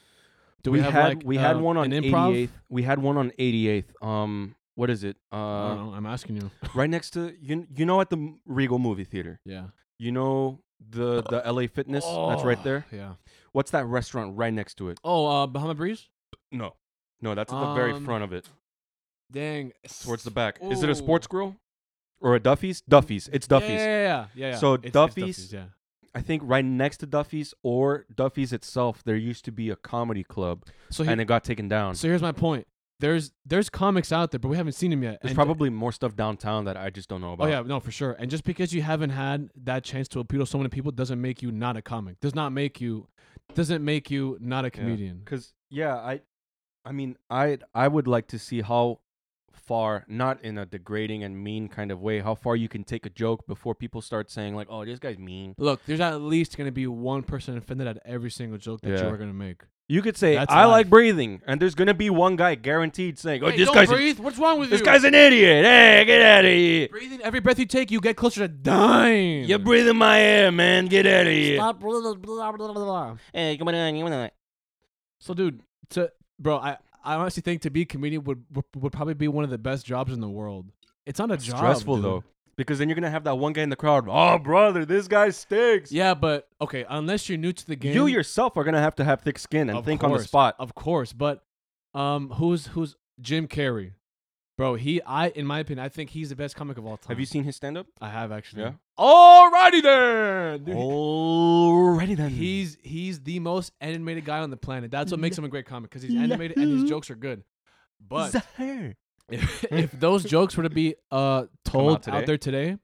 [SPEAKER 2] Do we, have
[SPEAKER 1] had
[SPEAKER 2] like
[SPEAKER 1] we had
[SPEAKER 2] uh,
[SPEAKER 1] one on
[SPEAKER 2] an improv?
[SPEAKER 1] 88th. We had one on 88th. Um, what is it?
[SPEAKER 2] I
[SPEAKER 1] Uh,
[SPEAKER 2] don't know. I'm asking you.
[SPEAKER 1] right next to you, you know, at the Regal movie theater.
[SPEAKER 2] Yeah.
[SPEAKER 1] You know the the LA Fitness that's
[SPEAKER 2] Oh,
[SPEAKER 1] right there.
[SPEAKER 2] Yeah.
[SPEAKER 1] What's that restaurant right next to it?
[SPEAKER 2] Oh, uh, Bahama Breeze.
[SPEAKER 1] No, no, that's at the very
[SPEAKER 2] Um,
[SPEAKER 1] front of it.
[SPEAKER 2] Dang.
[SPEAKER 1] towards the back. Is it a
[SPEAKER 2] Ooh.
[SPEAKER 1] sports grill or a Duffy's? Duffy's. It's Duffy's.
[SPEAKER 2] Yeah, yeah, yeah. yeah, yeah.
[SPEAKER 1] So
[SPEAKER 2] It's- it's
[SPEAKER 1] Duffy's-
[SPEAKER 2] yeah.
[SPEAKER 1] I think right next to Duffy's or Duffy's itself, there used to be a comedy club,
[SPEAKER 2] So he,
[SPEAKER 1] and it got taken down.
[SPEAKER 2] so here's my point. There's there's comics out there, but we haven't seen them yet.
[SPEAKER 1] There's
[SPEAKER 2] And-
[SPEAKER 1] probably more stuff downtown that I just don't know about.
[SPEAKER 2] Oh yeah, no, for sure. And just because you haven't had that chance to appeal to so many people doesn't make you not a comic. Does not make you doesn't make you not a comedian.
[SPEAKER 1] Because yeah, I, I mean, I I would like to see how far, not in a degrading and mean kind of way, how far you can take a joke before people start saying like, "Oh, this guy's mean."
[SPEAKER 2] Look, there's at least gonna be one person offended at every single joke that you
[SPEAKER 1] Yeah.
[SPEAKER 2] are gonna make.
[SPEAKER 1] You could say,
[SPEAKER 2] That's
[SPEAKER 1] "I like
[SPEAKER 2] life.
[SPEAKER 1] breathing," and there's gonna be one guy guaranteed saying, "Oh,
[SPEAKER 2] Hey,
[SPEAKER 1] this
[SPEAKER 2] don't
[SPEAKER 1] guy's a-
[SPEAKER 2] breathe. What's wrong with
[SPEAKER 1] this
[SPEAKER 2] you?
[SPEAKER 1] guy's an idiot." Hey, get out of here.
[SPEAKER 2] breathing. Every breath you take, you get closer to dying.
[SPEAKER 1] You're breathing my air, man. Get out of here.
[SPEAKER 4] Stop. Blah, blah, blah, blah, blah, blah.
[SPEAKER 3] Hey, come on, come on.
[SPEAKER 2] So, dude, to bro, I, I honestly think to be a comedian would, would would probably be one of the best jobs in the world. It's not a job.
[SPEAKER 1] Stressful
[SPEAKER 2] dude.
[SPEAKER 1] though, because then you're gonna have that one guy in the crowd. Oh, brother, this guy stinks.
[SPEAKER 2] Yeah, but okay, unless you're new to the game,
[SPEAKER 1] You yourself are gonna have to have thick skin and
[SPEAKER 2] Of
[SPEAKER 1] think on the
[SPEAKER 2] course,
[SPEAKER 1] spot.
[SPEAKER 2] Of course, but um, who's who's Jim Carrey? Bro, he I in my opinion, I think he's the best comic of all time.
[SPEAKER 1] Have you seen his stand up?
[SPEAKER 2] I have actually.
[SPEAKER 1] Yeah.
[SPEAKER 2] Alrighty then. Dude,
[SPEAKER 1] Alrighty then.
[SPEAKER 2] He's he's the most animated guy on the planet. That's what makes him a great comic because he's animated and his jokes are good. But
[SPEAKER 3] Zahir.
[SPEAKER 2] if, if those jokes were to be uh told out,
[SPEAKER 1] today?
[SPEAKER 2] there today,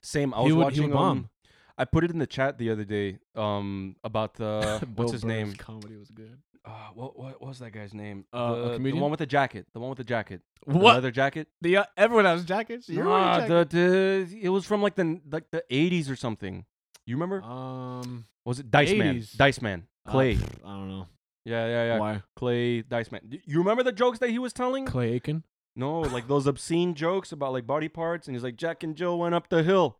[SPEAKER 1] same.
[SPEAKER 2] he
[SPEAKER 1] I
[SPEAKER 2] would-
[SPEAKER 1] was
[SPEAKER 2] he
[SPEAKER 1] watching
[SPEAKER 2] would bomb.
[SPEAKER 1] um, I put it in the chat the other day. Um, about the
[SPEAKER 2] Bill
[SPEAKER 1] what's his
[SPEAKER 2] Burr's
[SPEAKER 1] name?
[SPEAKER 2] Comedy was good.
[SPEAKER 1] Uh, what, what what was that guy's name?
[SPEAKER 2] Uh, a
[SPEAKER 1] the,
[SPEAKER 2] comedian?
[SPEAKER 1] the one with the jacket. The one with the jacket. The
[SPEAKER 2] What
[SPEAKER 1] leather jacket.
[SPEAKER 2] the uh, everyone has jackets? You're wearing
[SPEAKER 1] Nah,
[SPEAKER 2] a
[SPEAKER 1] the, the it was from like the like the eighties or something. You remember?
[SPEAKER 2] jacket. um,
[SPEAKER 1] was it Dice Man?
[SPEAKER 2] 80s.
[SPEAKER 1] Dice Man.
[SPEAKER 2] uh,
[SPEAKER 1] Clay.
[SPEAKER 2] pff, I don't know
[SPEAKER 1] yeah, yeah, yeah.
[SPEAKER 2] why
[SPEAKER 1] Clay Dice Man. Y- You remember the jokes that he was telling?
[SPEAKER 2] Clay Aiken.
[SPEAKER 1] No, like those obscene jokes about like body parts, and he's like, Jack and Jill went up the hill,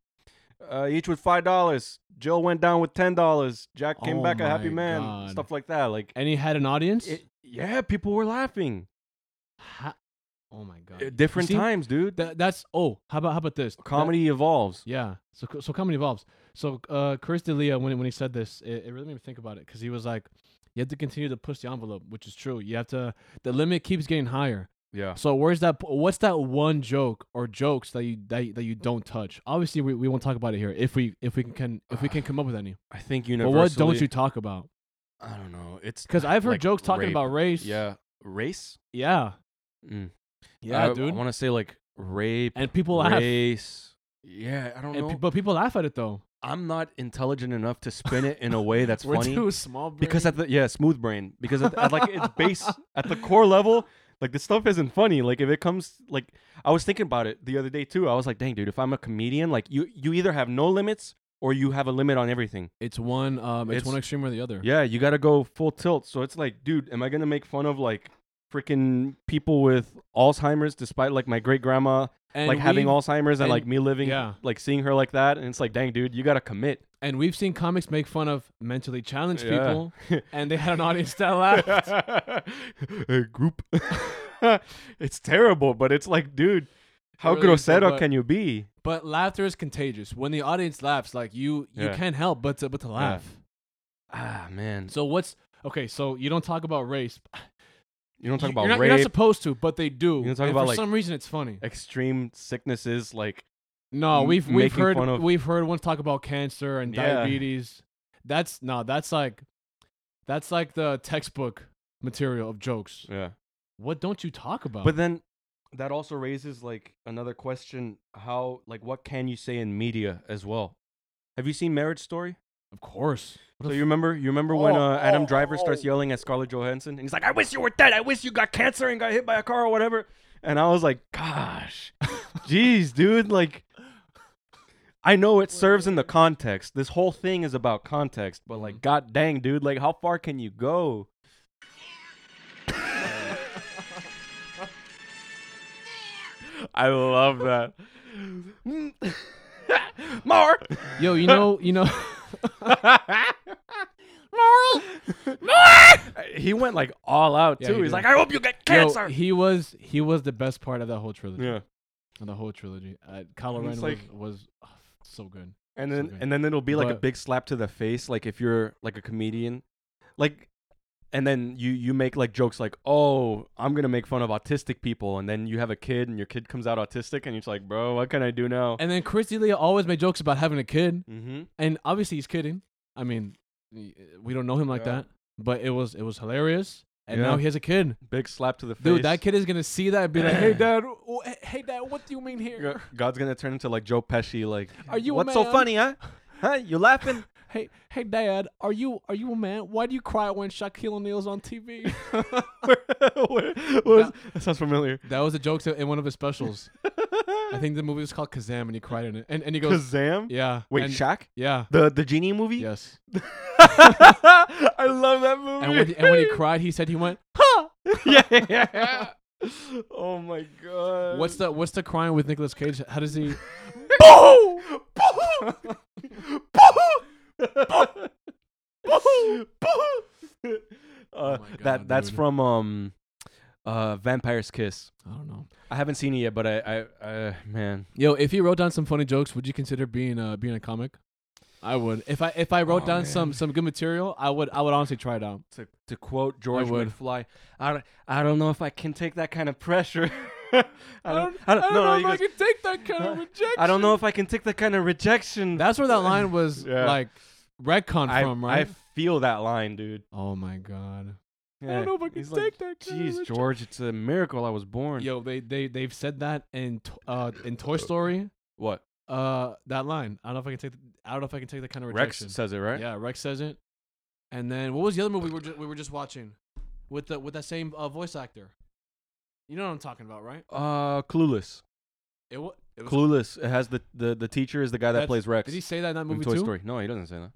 [SPEAKER 1] uh, each with five dollars. Jill went down with ten dollars. Jack came
[SPEAKER 2] Oh
[SPEAKER 1] back a happy
[SPEAKER 2] my
[SPEAKER 1] man.
[SPEAKER 2] God.
[SPEAKER 1] Stuff like that. Like,
[SPEAKER 2] and he had an audience.
[SPEAKER 1] it, yeah, people were laughing.
[SPEAKER 2] Ha- oh my god!
[SPEAKER 1] At different
[SPEAKER 2] see,
[SPEAKER 1] times, dude.
[SPEAKER 2] That, that's oh. How about how about this? That-
[SPEAKER 1] Comedy evolves.
[SPEAKER 2] yeah. So co- so comedy evolves. So uh, Chris D'Elia when he- when he said this, it, it really made me think about it because he was like, you have to continue to push the envelope, which is true. You have to. The limit keeps getting higher.
[SPEAKER 1] Yeah.
[SPEAKER 2] So where's that? p- What's that one joke or jokes that you that, you- that you don't touch? Obviously, we, we won't talk about it here if we if we can, can if we can come up with any.
[SPEAKER 1] I think
[SPEAKER 2] But
[SPEAKER 1] universally.
[SPEAKER 2] what don't you talk about?
[SPEAKER 1] I don't know. It's
[SPEAKER 2] Because I've heard
[SPEAKER 1] like
[SPEAKER 2] jokes talking
[SPEAKER 1] rape.
[SPEAKER 2] about race.
[SPEAKER 1] yeah race.
[SPEAKER 2] Yeah.
[SPEAKER 1] Mm.
[SPEAKER 2] Yeah,
[SPEAKER 1] I-
[SPEAKER 2] dude.
[SPEAKER 1] I want to say like rape.
[SPEAKER 2] and people laugh.
[SPEAKER 1] race. Yeah, I don't
[SPEAKER 2] And
[SPEAKER 1] know.
[SPEAKER 2] pe- but people laugh at it though.
[SPEAKER 1] I'm not intelligent enough to spin it in a way that's
[SPEAKER 2] We're
[SPEAKER 1] funny.
[SPEAKER 2] too small.
[SPEAKER 1] because
[SPEAKER 2] brain.
[SPEAKER 1] at the yeah smooth brain because at, at like its base at the core level like this stuff isn't funny like if it comes like i was thinking about it the other day too i was like dang dude if i'm a comedian like you you either have no limits or you have a limit on everything
[SPEAKER 2] it's one um it's,
[SPEAKER 1] It's-
[SPEAKER 2] one extreme or the other.
[SPEAKER 1] yeah you gotta go full tilt so it's like dude am i gonna make fun of like freaking people with alzheimer's despite like my great grandma
[SPEAKER 2] And
[SPEAKER 1] like having
[SPEAKER 2] we've-
[SPEAKER 1] alzheimer's and,
[SPEAKER 2] and-
[SPEAKER 1] like me living
[SPEAKER 2] yeah.
[SPEAKER 1] like seeing her like that and it's like dang dude you gotta commit
[SPEAKER 2] and we've seen comics make fun of mentally challenged
[SPEAKER 1] Yeah.
[SPEAKER 2] people and they had an audience that laughed.
[SPEAKER 1] Uh, group. it's terrible, but it's like, dude, how
[SPEAKER 2] really is,
[SPEAKER 1] grosero
[SPEAKER 2] but-
[SPEAKER 1] can you be?
[SPEAKER 2] but laughter is contagious. When the audience laughs, like you you
[SPEAKER 1] Yeah.
[SPEAKER 2] can't help but to, but to laugh.
[SPEAKER 1] Ah, man.
[SPEAKER 2] So what's okay, so you don't talk about race.
[SPEAKER 1] You don't talk
[SPEAKER 2] You-
[SPEAKER 1] about
[SPEAKER 2] you're not,
[SPEAKER 1] rape,
[SPEAKER 2] You're not supposed to, but they do.
[SPEAKER 1] You don't talk
[SPEAKER 2] and
[SPEAKER 1] about,
[SPEAKER 2] for
[SPEAKER 1] like-
[SPEAKER 2] some reason it's funny.
[SPEAKER 1] extreme sicknesses, like
[SPEAKER 2] No,
[SPEAKER 1] m-
[SPEAKER 2] we've we've
[SPEAKER 1] making
[SPEAKER 2] heard
[SPEAKER 1] fun of-
[SPEAKER 2] we've heard ones talk about cancer and
[SPEAKER 1] Yeah.
[SPEAKER 2] diabetes. That's no, that's like that's like the textbook material of jokes.
[SPEAKER 1] yeah.
[SPEAKER 2] What don't you talk about?
[SPEAKER 1] But then that also raises like another question: How, like, what can you say in media as well? Have you seen Marriage Story?
[SPEAKER 2] of course. What
[SPEAKER 1] So
[SPEAKER 2] the
[SPEAKER 1] you remember, you remember when uh, Adam Driver starts yelling at Scarlett Johansson, and he's like, "I wish you were dead. I wish you got cancer and got hit by a car or whatever." And I was like, "Gosh, jeez, dude!" Like, I know it serves in the context. This whole thing is about context, but like, god dang, dude, like, how far can you go? I love that. More.
[SPEAKER 2] f- Yo, you know, you know.
[SPEAKER 1] he went like all out
[SPEAKER 2] Yeah,
[SPEAKER 1] too.
[SPEAKER 2] he
[SPEAKER 1] He's
[SPEAKER 2] did.
[SPEAKER 1] like, I hope you get
[SPEAKER 2] Yo,
[SPEAKER 1] cancer.
[SPEAKER 2] he was he was the best part of that whole trilogy.
[SPEAKER 1] yeah.
[SPEAKER 2] Of the whole trilogy. Uh, Kylo
[SPEAKER 1] And
[SPEAKER 2] Ren was,
[SPEAKER 1] it's like-
[SPEAKER 2] was oh, so good.
[SPEAKER 1] And
[SPEAKER 2] So
[SPEAKER 1] then
[SPEAKER 2] good.
[SPEAKER 1] and then it'll be like a
[SPEAKER 2] But-
[SPEAKER 1] big slap to the face, like if you're like a comedian, like, and then you you make like jokes like, oh, I'm gonna make fun of autistic people, and then you have a kid and your kid comes out autistic, and you're just like, bro, what can I do now?
[SPEAKER 2] And then Chris D'Elia always made jokes about having a kid,
[SPEAKER 1] mm-hmm.
[SPEAKER 2] and obviously he's kidding. I mean, y- we don't know him like
[SPEAKER 1] Yeah.
[SPEAKER 2] that, but it was it was hilarious. And
[SPEAKER 1] Yeah.
[SPEAKER 2] now he has a kid.
[SPEAKER 1] Big slap to the face,
[SPEAKER 2] Dude, that kid is gonna see that and be like, "Hey, dad, wh- hey- hey, dad, what do you mean here?
[SPEAKER 1] Go- God's gonna turn into like Joe Pesci, like,
[SPEAKER 2] Are you a
[SPEAKER 1] what's so
[SPEAKER 2] man?"
[SPEAKER 1] funny, huh? Huh? You laughing?
[SPEAKER 2] Hey, hey, dad, are you are you a man? Why do you cry when Shaquille O'Neal's on TV?"
[SPEAKER 1] Where- where- what was- that sounds familiar.
[SPEAKER 2] that was a joke to, in one of his specials. I think the movie was called Kazam, and he cried in it. And and he goes,
[SPEAKER 1] Kazam?
[SPEAKER 2] "Yeah,
[SPEAKER 1] Wait,
[SPEAKER 2] and-
[SPEAKER 1] Shaq?
[SPEAKER 2] yeah,
[SPEAKER 1] The the genie movie?
[SPEAKER 2] yes."
[SPEAKER 1] I love that movie.
[SPEAKER 2] And when, and when he cried, he said he went,
[SPEAKER 1] yeah, yeah, yeah. Oh my god.
[SPEAKER 2] "What's the what's the crying with Nicolas Cage? How does he?"
[SPEAKER 1] Boo! Boo! Boo! Boo! Boo! Uh,
[SPEAKER 2] my Oh God,
[SPEAKER 1] that that's
[SPEAKER 2] dude.
[SPEAKER 1] from um uh Vampire's Kiss.
[SPEAKER 2] I don't know.
[SPEAKER 1] I haven't seen it yet, but I I uh, man.
[SPEAKER 2] Yo, if you wrote down some funny jokes, would you consider being uh being a comic? I would. If I if I wrote
[SPEAKER 1] Aw,
[SPEAKER 2] down some
[SPEAKER 1] man.
[SPEAKER 2] some good material, I would I would honestly try it out.
[SPEAKER 1] To to quote George
[SPEAKER 2] would.
[SPEAKER 1] McFly, I, I don't know if I can take that kind of pressure. I
[SPEAKER 2] I don't,
[SPEAKER 1] I don't, no, no,
[SPEAKER 2] know
[SPEAKER 1] he
[SPEAKER 2] if I
[SPEAKER 1] goes,
[SPEAKER 2] can take that kind of rejection.
[SPEAKER 1] I don't know if I can take that kind of rejection.
[SPEAKER 2] That's where that line was
[SPEAKER 1] Yeah.
[SPEAKER 2] like retcon
[SPEAKER 1] I,
[SPEAKER 2] from,
[SPEAKER 1] I
[SPEAKER 2] right?
[SPEAKER 1] feel that line, dude.
[SPEAKER 2] oh my god. I
[SPEAKER 1] Yeah.
[SPEAKER 2] don't know if I can
[SPEAKER 1] He's
[SPEAKER 2] take
[SPEAKER 1] like,
[SPEAKER 2] that kind of
[SPEAKER 1] Jeez,
[SPEAKER 2] rejection."
[SPEAKER 1] George, it's a miracle I was born.
[SPEAKER 2] Yo, they they they've said that in t- uh in Toy Story.
[SPEAKER 1] What?
[SPEAKER 2] Uh, that line. I don't know if I can take. The, I don't know if I can take that kind of
[SPEAKER 1] Rex
[SPEAKER 2] rejection.
[SPEAKER 1] says it, right?
[SPEAKER 2] Yeah, Rex says it. And then what was the other movie we were just, we were just watching with the with that same uh, voice actor? You know what I'm talking about, right?
[SPEAKER 1] Uh, Clueless.
[SPEAKER 2] It, wa- it was.
[SPEAKER 1] Clueless. It has the, the the teacher is the guy that
[SPEAKER 2] That's-
[SPEAKER 1] plays Rex
[SPEAKER 2] Did he say that in that
[SPEAKER 1] in
[SPEAKER 2] movie
[SPEAKER 1] Toy
[SPEAKER 2] too?
[SPEAKER 1] Story. No, he doesn't say that.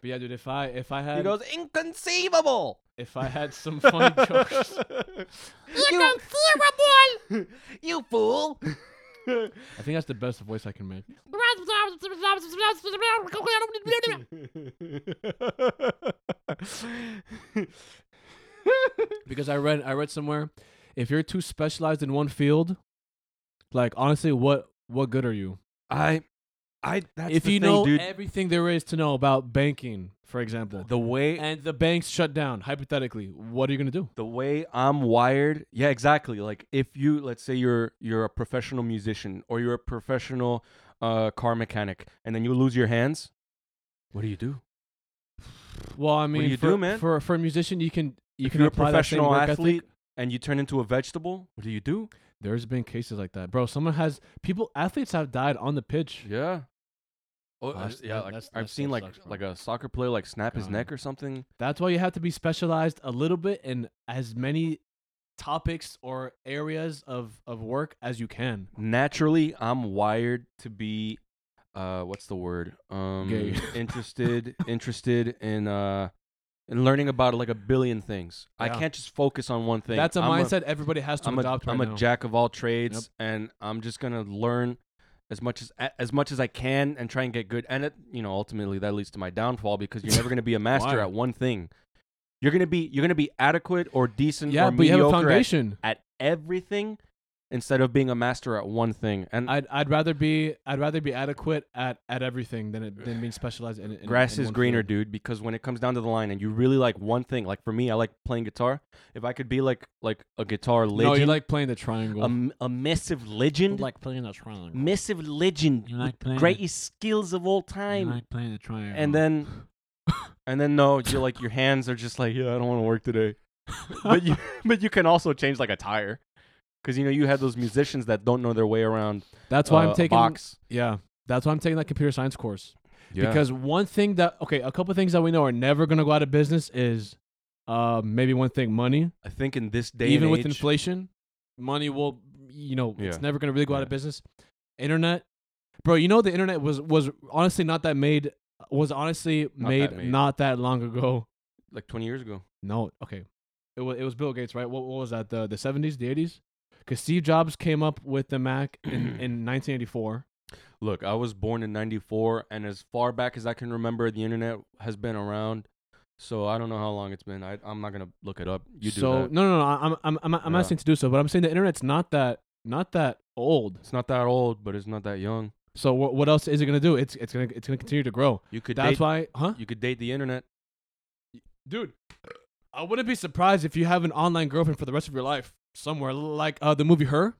[SPEAKER 2] But yeah, dude, if I if I had
[SPEAKER 1] inconceivable.
[SPEAKER 2] if I had some funny jokes.
[SPEAKER 1] Inconceivable. you fool.
[SPEAKER 2] I think that's the best voice I can make. Because I read I read somewhere, if you're too specialized in one field, like honestly, what what good are you?
[SPEAKER 1] I, I. That's
[SPEAKER 2] if
[SPEAKER 1] the
[SPEAKER 2] you
[SPEAKER 1] thing,
[SPEAKER 2] know
[SPEAKER 1] dude,
[SPEAKER 2] everything there is to know about banking, for example,
[SPEAKER 1] the way
[SPEAKER 2] and the banks shut down, hypothetically, what are you gonna do?
[SPEAKER 1] the way I'm wired, yeah, exactly. Like if you let's say you're you're a professional musician or you're a professional uh, car mechanic, and then you lose your hands, what do you do?
[SPEAKER 2] Well, I mean,
[SPEAKER 1] you
[SPEAKER 2] for,
[SPEAKER 1] do, man?
[SPEAKER 2] for for a musician, you can you
[SPEAKER 1] if
[SPEAKER 2] can
[SPEAKER 1] you're a
[SPEAKER 2] apply that same
[SPEAKER 1] professional
[SPEAKER 2] work ethic.
[SPEAKER 1] athlete and you turn into a vegetable, what do you do?
[SPEAKER 2] There's been cases like that, bro. Someone has people athletes have died on the pitch.
[SPEAKER 1] Yeah. Oh,
[SPEAKER 2] Well,
[SPEAKER 1] uh,
[SPEAKER 2] that's-
[SPEAKER 1] yeah,
[SPEAKER 2] that-
[SPEAKER 1] like,
[SPEAKER 2] that's-
[SPEAKER 1] I've
[SPEAKER 2] that
[SPEAKER 1] seen
[SPEAKER 2] stuff
[SPEAKER 1] like
[SPEAKER 2] sucks, Um, bro.
[SPEAKER 1] like a soccer player like snap his
[SPEAKER 2] God.
[SPEAKER 1] neck or something.
[SPEAKER 2] That's why you have to be specialized a little bit in as many topics or areas of, of work as you can.
[SPEAKER 1] Naturally, I'm wired to be uh what's the word? Um
[SPEAKER 2] Gay.
[SPEAKER 1] interested interested in uh in learning about like a billion things. I
[SPEAKER 2] Yeah.
[SPEAKER 1] can't just focus on one thing.
[SPEAKER 2] That's a
[SPEAKER 1] I'm
[SPEAKER 2] mindset everybody has to
[SPEAKER 1] I'm
[SPEAKER 2] adopt
[SPEAKER 1] a,
[SPEAKER 2] right
[SPEAKER 1] I'm
[SPEAKER 2] now.
[SPEAKER 1] a jack of all trades and I'm just going to learn as much as a- as much as I can and try and get good and it, you know ultimately that leads to my downfall because you're never going to be a master
[SPEAKER 2] Why?
[SPEAKER 1] at one thing. You're going to be you're going to be adequate or decent
[SPEAKER 2] yeah,
[SPEAKER 1] or
[SPEAKER 2] but you have a
[SPEAKER 1] mediocre at,
[SPEAKER 2] foundation.
[SPEAKER 1] at everything instead of being a master at one thing. And
[SPEAKER 2] I'd I'd rather be I'd rather be adequate at, at everything than it, than being specialized in. in
[SPEAKER 1] grass
[SPEAKER 2] in
[SPEAKER 1] is
[SPEAKER 2] one
[SPEAKER 1] greener,
[SPEAKER 2] field.
[SPEAKER 1] dude, because when it comes down to the line and you really like one thing, like for me I like playing guitar. If I could be like like a guitar
[SPEAKER 2] No,
[SPEAKER 1] legend,
[SPEAKER 2] you like playing the triangle.
[SPEAKER 1] a, m- a massive legend,
[SPEAKER 4] like playing a triangle.
[SPEAKER 1] massive legend,
[SPEAKER 4] You like playing
[SPEAKER 1] greatest skills of all
[SPEAKER 4] You
[SPEAKER 1] time.
[SPEAKER 4] like playing a triangle.
[SPEAKER 1] And then, and then no, you're like your hands are just like, yeah, I don't want to work today. but you, but you can also change like a tire, because you know you have those musicians that don't know their way around.
[SPEAKER 2] that's why
[SPEAKER 1] uh,
[SPEAKER 2] I'm
[SPEAKER 1] a
[SPEAKER 2] taking.
[SPEAKER 1] box.
[SPEAKER 2] Yeah, that's why I'm taking that computer science course.
[SPEAKER 1] Yeah.
[SPEAKER 2] Because one thing that okay, a couple things that we know are never gonna go out of business is, uh, maybe one thing, money.
[SPEAKER 1] I think in this day,
[SPEAKER 2] Even
[SPEAKER 1] and
[SPEAKER 2] with
[SPEAKER 1] age-
[SPEAKER 2] inflation, money will you know
[SPEAKER 1] Yeah.
[SPEAKER 2] it's never gonna really go out of
[SPEAKER 1] Yeah.
[SPEAKER 2] business. Internet, bro, you know the internet was was honestly not that made was honestly
[SPEAKER 1] Not
[SPEAKER 2] made,
[SPEAKER 1] that made.
[SPEAKER 2] not that long ago.
[SPEAKER 1] like 20 years ago,
[SPEAKER 2] No, okay, it was it was Bill Gates, right? What, what was that? The the seventies, the eighties. Because Steve Jobs came up with the Mac in, in 1984.
[SPEAKER 1] look, I was born in '94, and as far back as I can remember, the internet has been around. So I don't know how long it's been. I, I'm not gonna look it up. You do
[SPEAKER 2] so
[SPEAKER 1] that.
[SPEAKER 2] no, no, no. I'm I'm I'm, I'm
[SPEAKER 1] Yeah.
[SPEAKER 2] not saying to do so, but I'm saying the internet's not that not that old.
[SPEAKER 1] It's not that old, but it's not that young.
[SPEAKER 2] So wh- what else is it gonna do? It's it's gonna it's gonna continue to grow.
[SPEAKER 1] You could
[SPEAKER 2] That's
[SPEAKER 1] date,
[SPEAKER 2] why, huh?
[SPEAKER 1] you could date the internet.
[SPEAKER 2] dude. I wouldn't be surprised if you have an online girlfriend for the rest of your life somewhere, like uh, the movie Her.
[SPEAKER 1] Are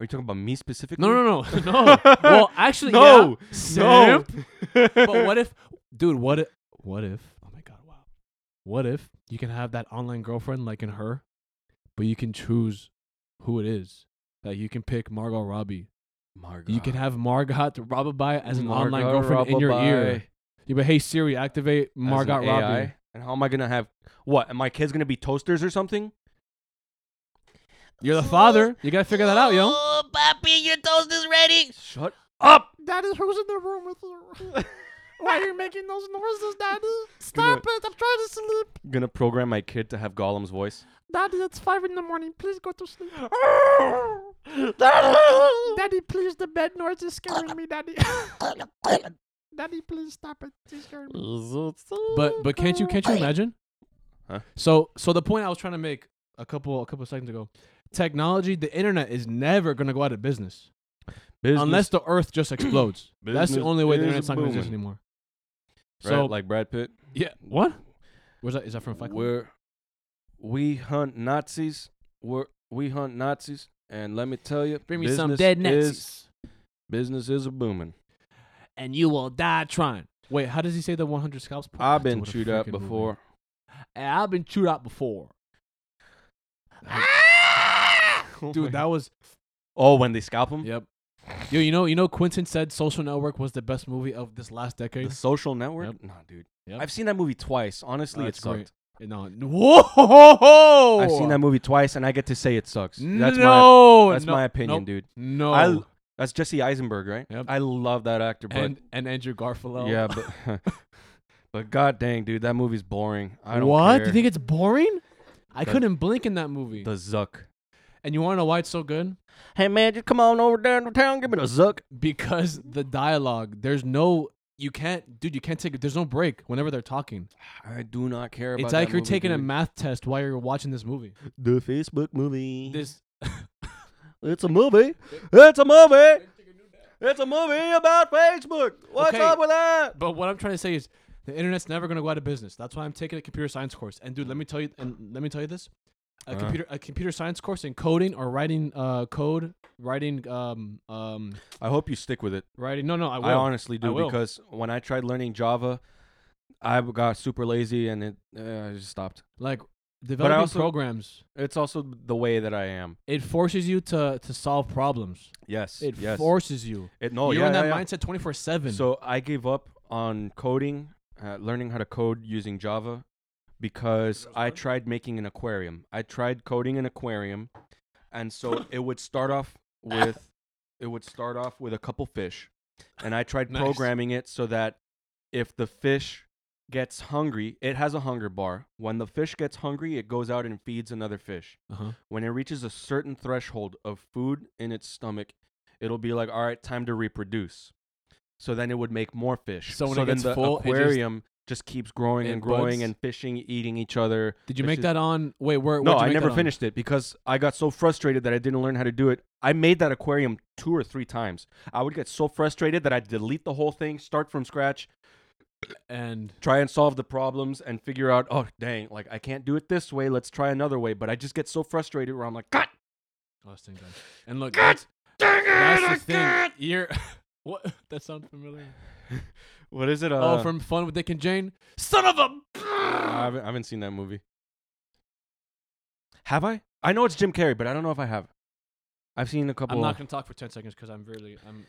[SPEAKER 1] you talking about me specifically?
[SPEAKER 2] No, no, no, no. well, actually,
[SPEAKER 1] No,
[SPEAKER 2] yeah, Sam. But what if, dude? What if? What if? Oh my god! Wow. What if you can have that online girlfriend like in Her, but you can choose who it is. Like you can pick Margot Robbie.
[SPEAKER 1] Margot.
[SPEAKER 2] You can have Margot Robbie as an online girlfriend in your ear. You but hey Siri, activate Margot Robbie.
[SPEAKER 1] And how am I gonna have what? Am my kids gonna be toasters or something?
[SPEAKER 2] You're the father. You gotta figure that out, yo.
[SPEAKER 4] Oh, Papi, your toast is ready.
[SPEAKER 1] Shut up!
[SPEAKER 4] Daddy, who's in the room with you? Why are you making those noises, Daddy? Stop it. I'm trying to sleep.
[SPEAKER 1] gonna program my kid to have Gollum's voice.
[SPEAKER 4] Daddy, it's 5 in the morning. Please go to sleep. Daddy, please, the bed noise is scaring me, Daddy. Daddy, please stop it. It's scaring me.
[SPEAKER 2] But but can't you can't you imagine?
[SPEAKER 1] Huh?
[SPEAKER 2] So so the point I was trying to make a couple a couple seconds ago, technology, the internet is never gonna go out of business
[SPEAKER 1] Business,
[SPEAKER 2] unless the Earth just explodes. That's the
[SPEAKER 1] Business
[SPEAKER 2] only way the
[SPEAKER 1] is
[SPEAKER 2] internet's not gonna exist
[SPEAKER 1] booming.
[SPEAKER 2] anymore.
[SPEAKER 1] right?
[SPEAKER 2] So
[SPEAKER 1] like Brad Pitt.
[SPEAKER 2] yeah, what? Where's that? Is that from Fight Club?
[SPEAKER 1] We're we hunt Nazis. We're we hunt Nazis, and let me tell you,
[SPEAKER 2] Bring me some
[SPEAKER 1] business
[SPEAKER 2] dead
[SPEAKER 1] is-
[SPEAKER 2] Nazis,
[SPEAKER 1] business is a booming.
[SPEAKER 2] and you will die trying. Ah, Wait, how does he say the 100 scalps? part?
[SPEAKER 1] I've
[SPEAKER 2] That's
[SPEAKER 1] been
[SPEAKER 2] what a
[SPEAKER 1] chewed out
[SPEAKER 2] freaking movie. Oh
[SPEAKER 1] before.
[SPEAKER 2] And I've been chewed out before, dude. That was
[SPEAKER 1] oh, when they scalp him,
[SPEAKER 2] yep. Yo, you know, you know, Quentin said Social Network was the best movie of this last
[SPEAKER 1] the
[SPEAKER 2] decade.
[SPEAKER 1] Social Network.
[SPEAKER 2] Yep.
[SPEAKER 1] Nah, dude,
[SPEAKER 2] Yep.
[SPEAKER 1] I've seen that movie twice. Honestly,
[SPEAKER 2] Oh,
[SPEAKER 1] it
[SPEAKER 2] it's great.
[SPEAKER 1] sucked.
[SPEAKER 2] No, whoa!
[SPEAKER 1] I've seen that movie twice, and I get to say it sucks. That's my
[SPEAKER 2] no,
[SPEAKER 1] that's
[SPEAKER 2] no,
[SPEAKER 1] my opinion,
[SPEAKER 2] nope,
[SPEAKER 1] dude.
[SPEAKER 2] No,
[SPEAKER 1] I l- that's Jesse Eisenberg, right?
[SPEAKER 2] Yep.
[SPEAKER 1] I love that actor, but
[SPEAKER 2] and and Andrew Garfield.
[SPEAKER 1] yeah, but but god dang, dude, that movie's boring. I don't
[SPEAKER 2] what?
[SPEAKER 1] care.
[SPEAKER 2] You think it's boring? I
[SPEAKER 1] The-
[SPEAKER 2] couldn't blink in that movie.
[SPEAKER 1] the Zuck?
[SPEAKER 2] and you want to know why it's so good?
[SPEAKER 1] Hey man, just come on over downtown, give me the Zuck.
[SPEAKER 2] Because the dialogue, there's no, you can't, dude, you can't take, there's no break whenever they're talking.
[SPEAKER 1] I do not care about.
[SPEAKER 2] It's like
[SPEAKER 1] that
[SPEAKER 2] you're
[SPEAKER 1] movie,
[SPEAKER 2] taking a
[SPEAKER 1] dude.
[SPEAKER 2] math test while you're watching this movie.
[SPEAKER 1] the Facebook movie.
[SPEAKER 2] This,
[SPEAKER 1] It's a movie. It's a movie. It's a movie about Facebook. What's
[SPEAKER 2] Okay.
[SPEAKER 1] up with that?
[SPEAKER 2] but what I'm trying to say is, the internet's never gonna go out of business. That's why I'm taking a computer science course. And dude, let me tell you, and let me tell you this, a
[SPEAKER 1] Uh.
[SPEAKER 2] computer, a computer science course in coding or writing uh, code, writing um um
[SPEAKER 1] I hope you stick with it.
[SPEAKER 2] writing. No, no, I will.
[SPEAKER 1] I honestly do
[SPEAKER 2] will.
[SPEAKER 1] because when I tried learning Java, I got super lazy and it uh, I just stopped.
[SPEAKER 2] like developing
[SPEAKER 1] also-
[SPEAKER 2] programs.
[SPEAKER 1] It's also the way that I am.
[SPEAKER 2] It forces you to to solve problems.
[SPEAKER 1] Yes.
[SPEAKER 2] It
[SPEAKER 1] yes.
[SPEAKER 2] forces you.
[SPEAKER 1] it, no,
[SPEAKER 2] You're
[SPEAKER 1] yeah,
[SPEAKER 2] in that
[SPEAKER 1] yeah, yeah.
[SPEAKER 2] mindset 24 7.
[SPEAKER 1] So I gave up on coding, uh, learning how to code using Java, because I tried making an aquarium. I tried coding an aquarium, and so it would start off with it would start off with a couple fish, and I tried
[SPEAKER 2] Nice.
[SPEAKER 1] programming it so that if the fish gets hungry, it has a hunger bar. When the fish gets hungry, it goes out and feeds another fish
[SPEAKER 2] uh-huh.
[SPEAKER 1] when it reaches a certain threshold of food in its stomach, it'll be like, all right, time to reproduce. So then it would make more fish.
[SPEAKER 2] So when it
[SPEAKER 1] then
[SPEAKER 2] gets
[SPEAKER 1] the
[SPEAKER 2] full, it just-
[SPEAKER 1] aquarium just, keeps growing
[SPEAKER 2] it
[SPEAKER 1] and growing
[SPEAKER 2] buds?
[SPEAKER 1] and fishing, eating each other.
[SPEAKER 2] Did you
[SPEAKER 1] It's
[SPEAKER 2] make
[SPEAKER 1] just-
[SPEAKER 2] that on? Wait, where?
[SPEAKER 1] no,
[SPEAKER 2] where'd you
[SPEAKER 1] I
[SPEAKER 2] make
[SPEAKER 1] never
[SPEAKER 2] that on?
[SPEAKER 1] finished it because I got so frustrated that I didn't learn how to do it. I made that aquarium two or three times. I would get so frustrated that I'd delete the whole thing, start from scratch,
[SPEAKER 2] And
[SPEAKER 1] try and solve the problems, and figure out, oh, dang, like I can't do it this way. Let's try another way. But I just get so frustrated where I'm like, God
[SPEAKER 2] oh, it's ding dong. And look,
[SPEAKER 1] God
[SPEAKER 2] that's,
[SPEAKER 1] dang it, I
[SPEAKER 2] that's the
[SPEAKER 1] can't.
[SPEAKER 2] thing. You're what? That sounds familiar.
[SPEAKER 1] What is it? Uh,
[SPEAKER 2] oh, from Fun with Dick and Jane. Son of
[SPEAKER 1] I
[SPEAKER 2] a.
[SPEAKER 1] haven't, I haven't seen that movie. Have I? I know it's Jim Carrey, but I don't know if I have. I've seen a couple,
[SPEAKER 2] I'm not gonna talk for 10 seconds because I'm really I'm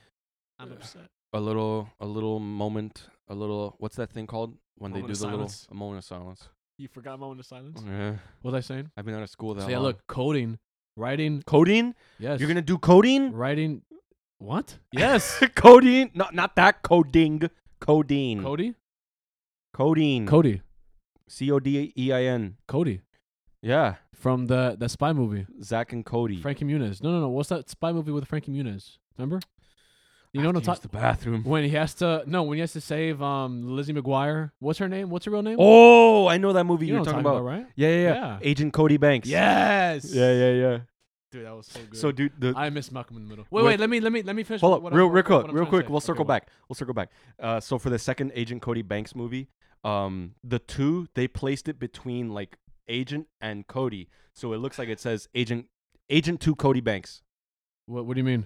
[SPEAKER 2] I'm upset.
[SPEAKER 1] a little, a little moment, a little. What's that thing called when
[SPEAKER 2] Moment
[SPEAKER 1] they
[SPEAKER 2] of
[SPEAKER 1] do the
[SPEAKER 2] silence?
[SPEAKER 1] little a moment of silence?
[SPEAKER 2] You forgot moment of silence.
[SPEAKER 1] Oh, Yeah,
[SPEAKER 2] What was I saying?
[SPEAKER 1] I've been out of school that
[SPEAKER 2] So
[SPEAKER 1] long.
[SPEAKER 2] yeah, look, coding, writing.
[SPEAKER 1] codeine.
[SPEAKER 2] Yes.
[SPEAKER 1] You're gonna do codeine?
[SPEAKER 2] writing. What? Yes.
[SPEAKER 1] codeine? No, not that. Coding. Codeine.
[SPEAKER 2] Cody.
[SPEAKER 1] codeine.
[SPEAKER 2] Cody.
[SPEAKER 1] C O D E I N.
[SPEAKER 2] Cody
[SPEAKER 1] Yeah,
[SPEAKER 2] from the the spy movie.
[SPEAKER 1] Zach and Cody.
[SPEAKER 2] Frankie Muniz. No, no, no. What's that spy movie with Frankie Muniz? Remember? You
[SPEAKER 1] I
[SPEAKER 2] know what
[SPEAKER 1] have
[SPEAKER 2] I'm
[SPEAKER 1] to use the
[SPEAKER 2] talking
[SPEAKER 1] bathroom.
[SPEAKER 2] when he has to no when he has to save um Lizzie McGuire. What's her name? What's her real name?
[SPEAKER 1] Oh, I know that movie
[SPEAKER 2] you
[SPEAKER 1] you
[SPEAKER 2] know
[SPEAKER 1] were
[SPEAKER 2] what
[SPEAKER 1] talking
[SPEAKER 2] I'm
[SPEAKER 1] about.
[SPEAKER 2] right?
[SPEAKER 1] Yeah, yeah, yeah.
[SPEAKER 2] Yeah.
[SPEAKER 1] Agent Cody Banks.
[SPEAKER 2] Yes.
[SPEAKER 1] Yeah, yeah, yeah.
[SPEAKER 2] Dude, that was so good.
[SPEAKER 1] So, dude, the
[SPEAKER 2] I miss Malcolm in the Middle. Wait,
[SPEAKER 1] With-
[SPEAKER 2] wait. Let me let me let me finish.
[SPEAKER 1] hold up,
[SPEAKER 2] what I-
[SPEAKER 1] real,
[SPEAKER 2] what-
[SPEAKER 1] real
[SPEAKER 2] what
[SPEAKER 1] quick,
[SPEAKER 2] I'm
[SPEAKER 1] real
[SPEAKER 2] trying to
[SPEAKER 1] quick.
[SPEAKER 2] say.
[SPEAKER 1] We'll
[SPEAKER 2] Okay,
[SPEAKER 1] circle
[SPEAKER 2] what?
[SPEAKER 1] back. We'll circle back. Uh, so for the second Agent Cody Banks movie, um, the two they placed it between like Agent and Cody, so it looks like it says Agent Agent Two Cody Banks
[SPEAKER 2] What, what do you mean?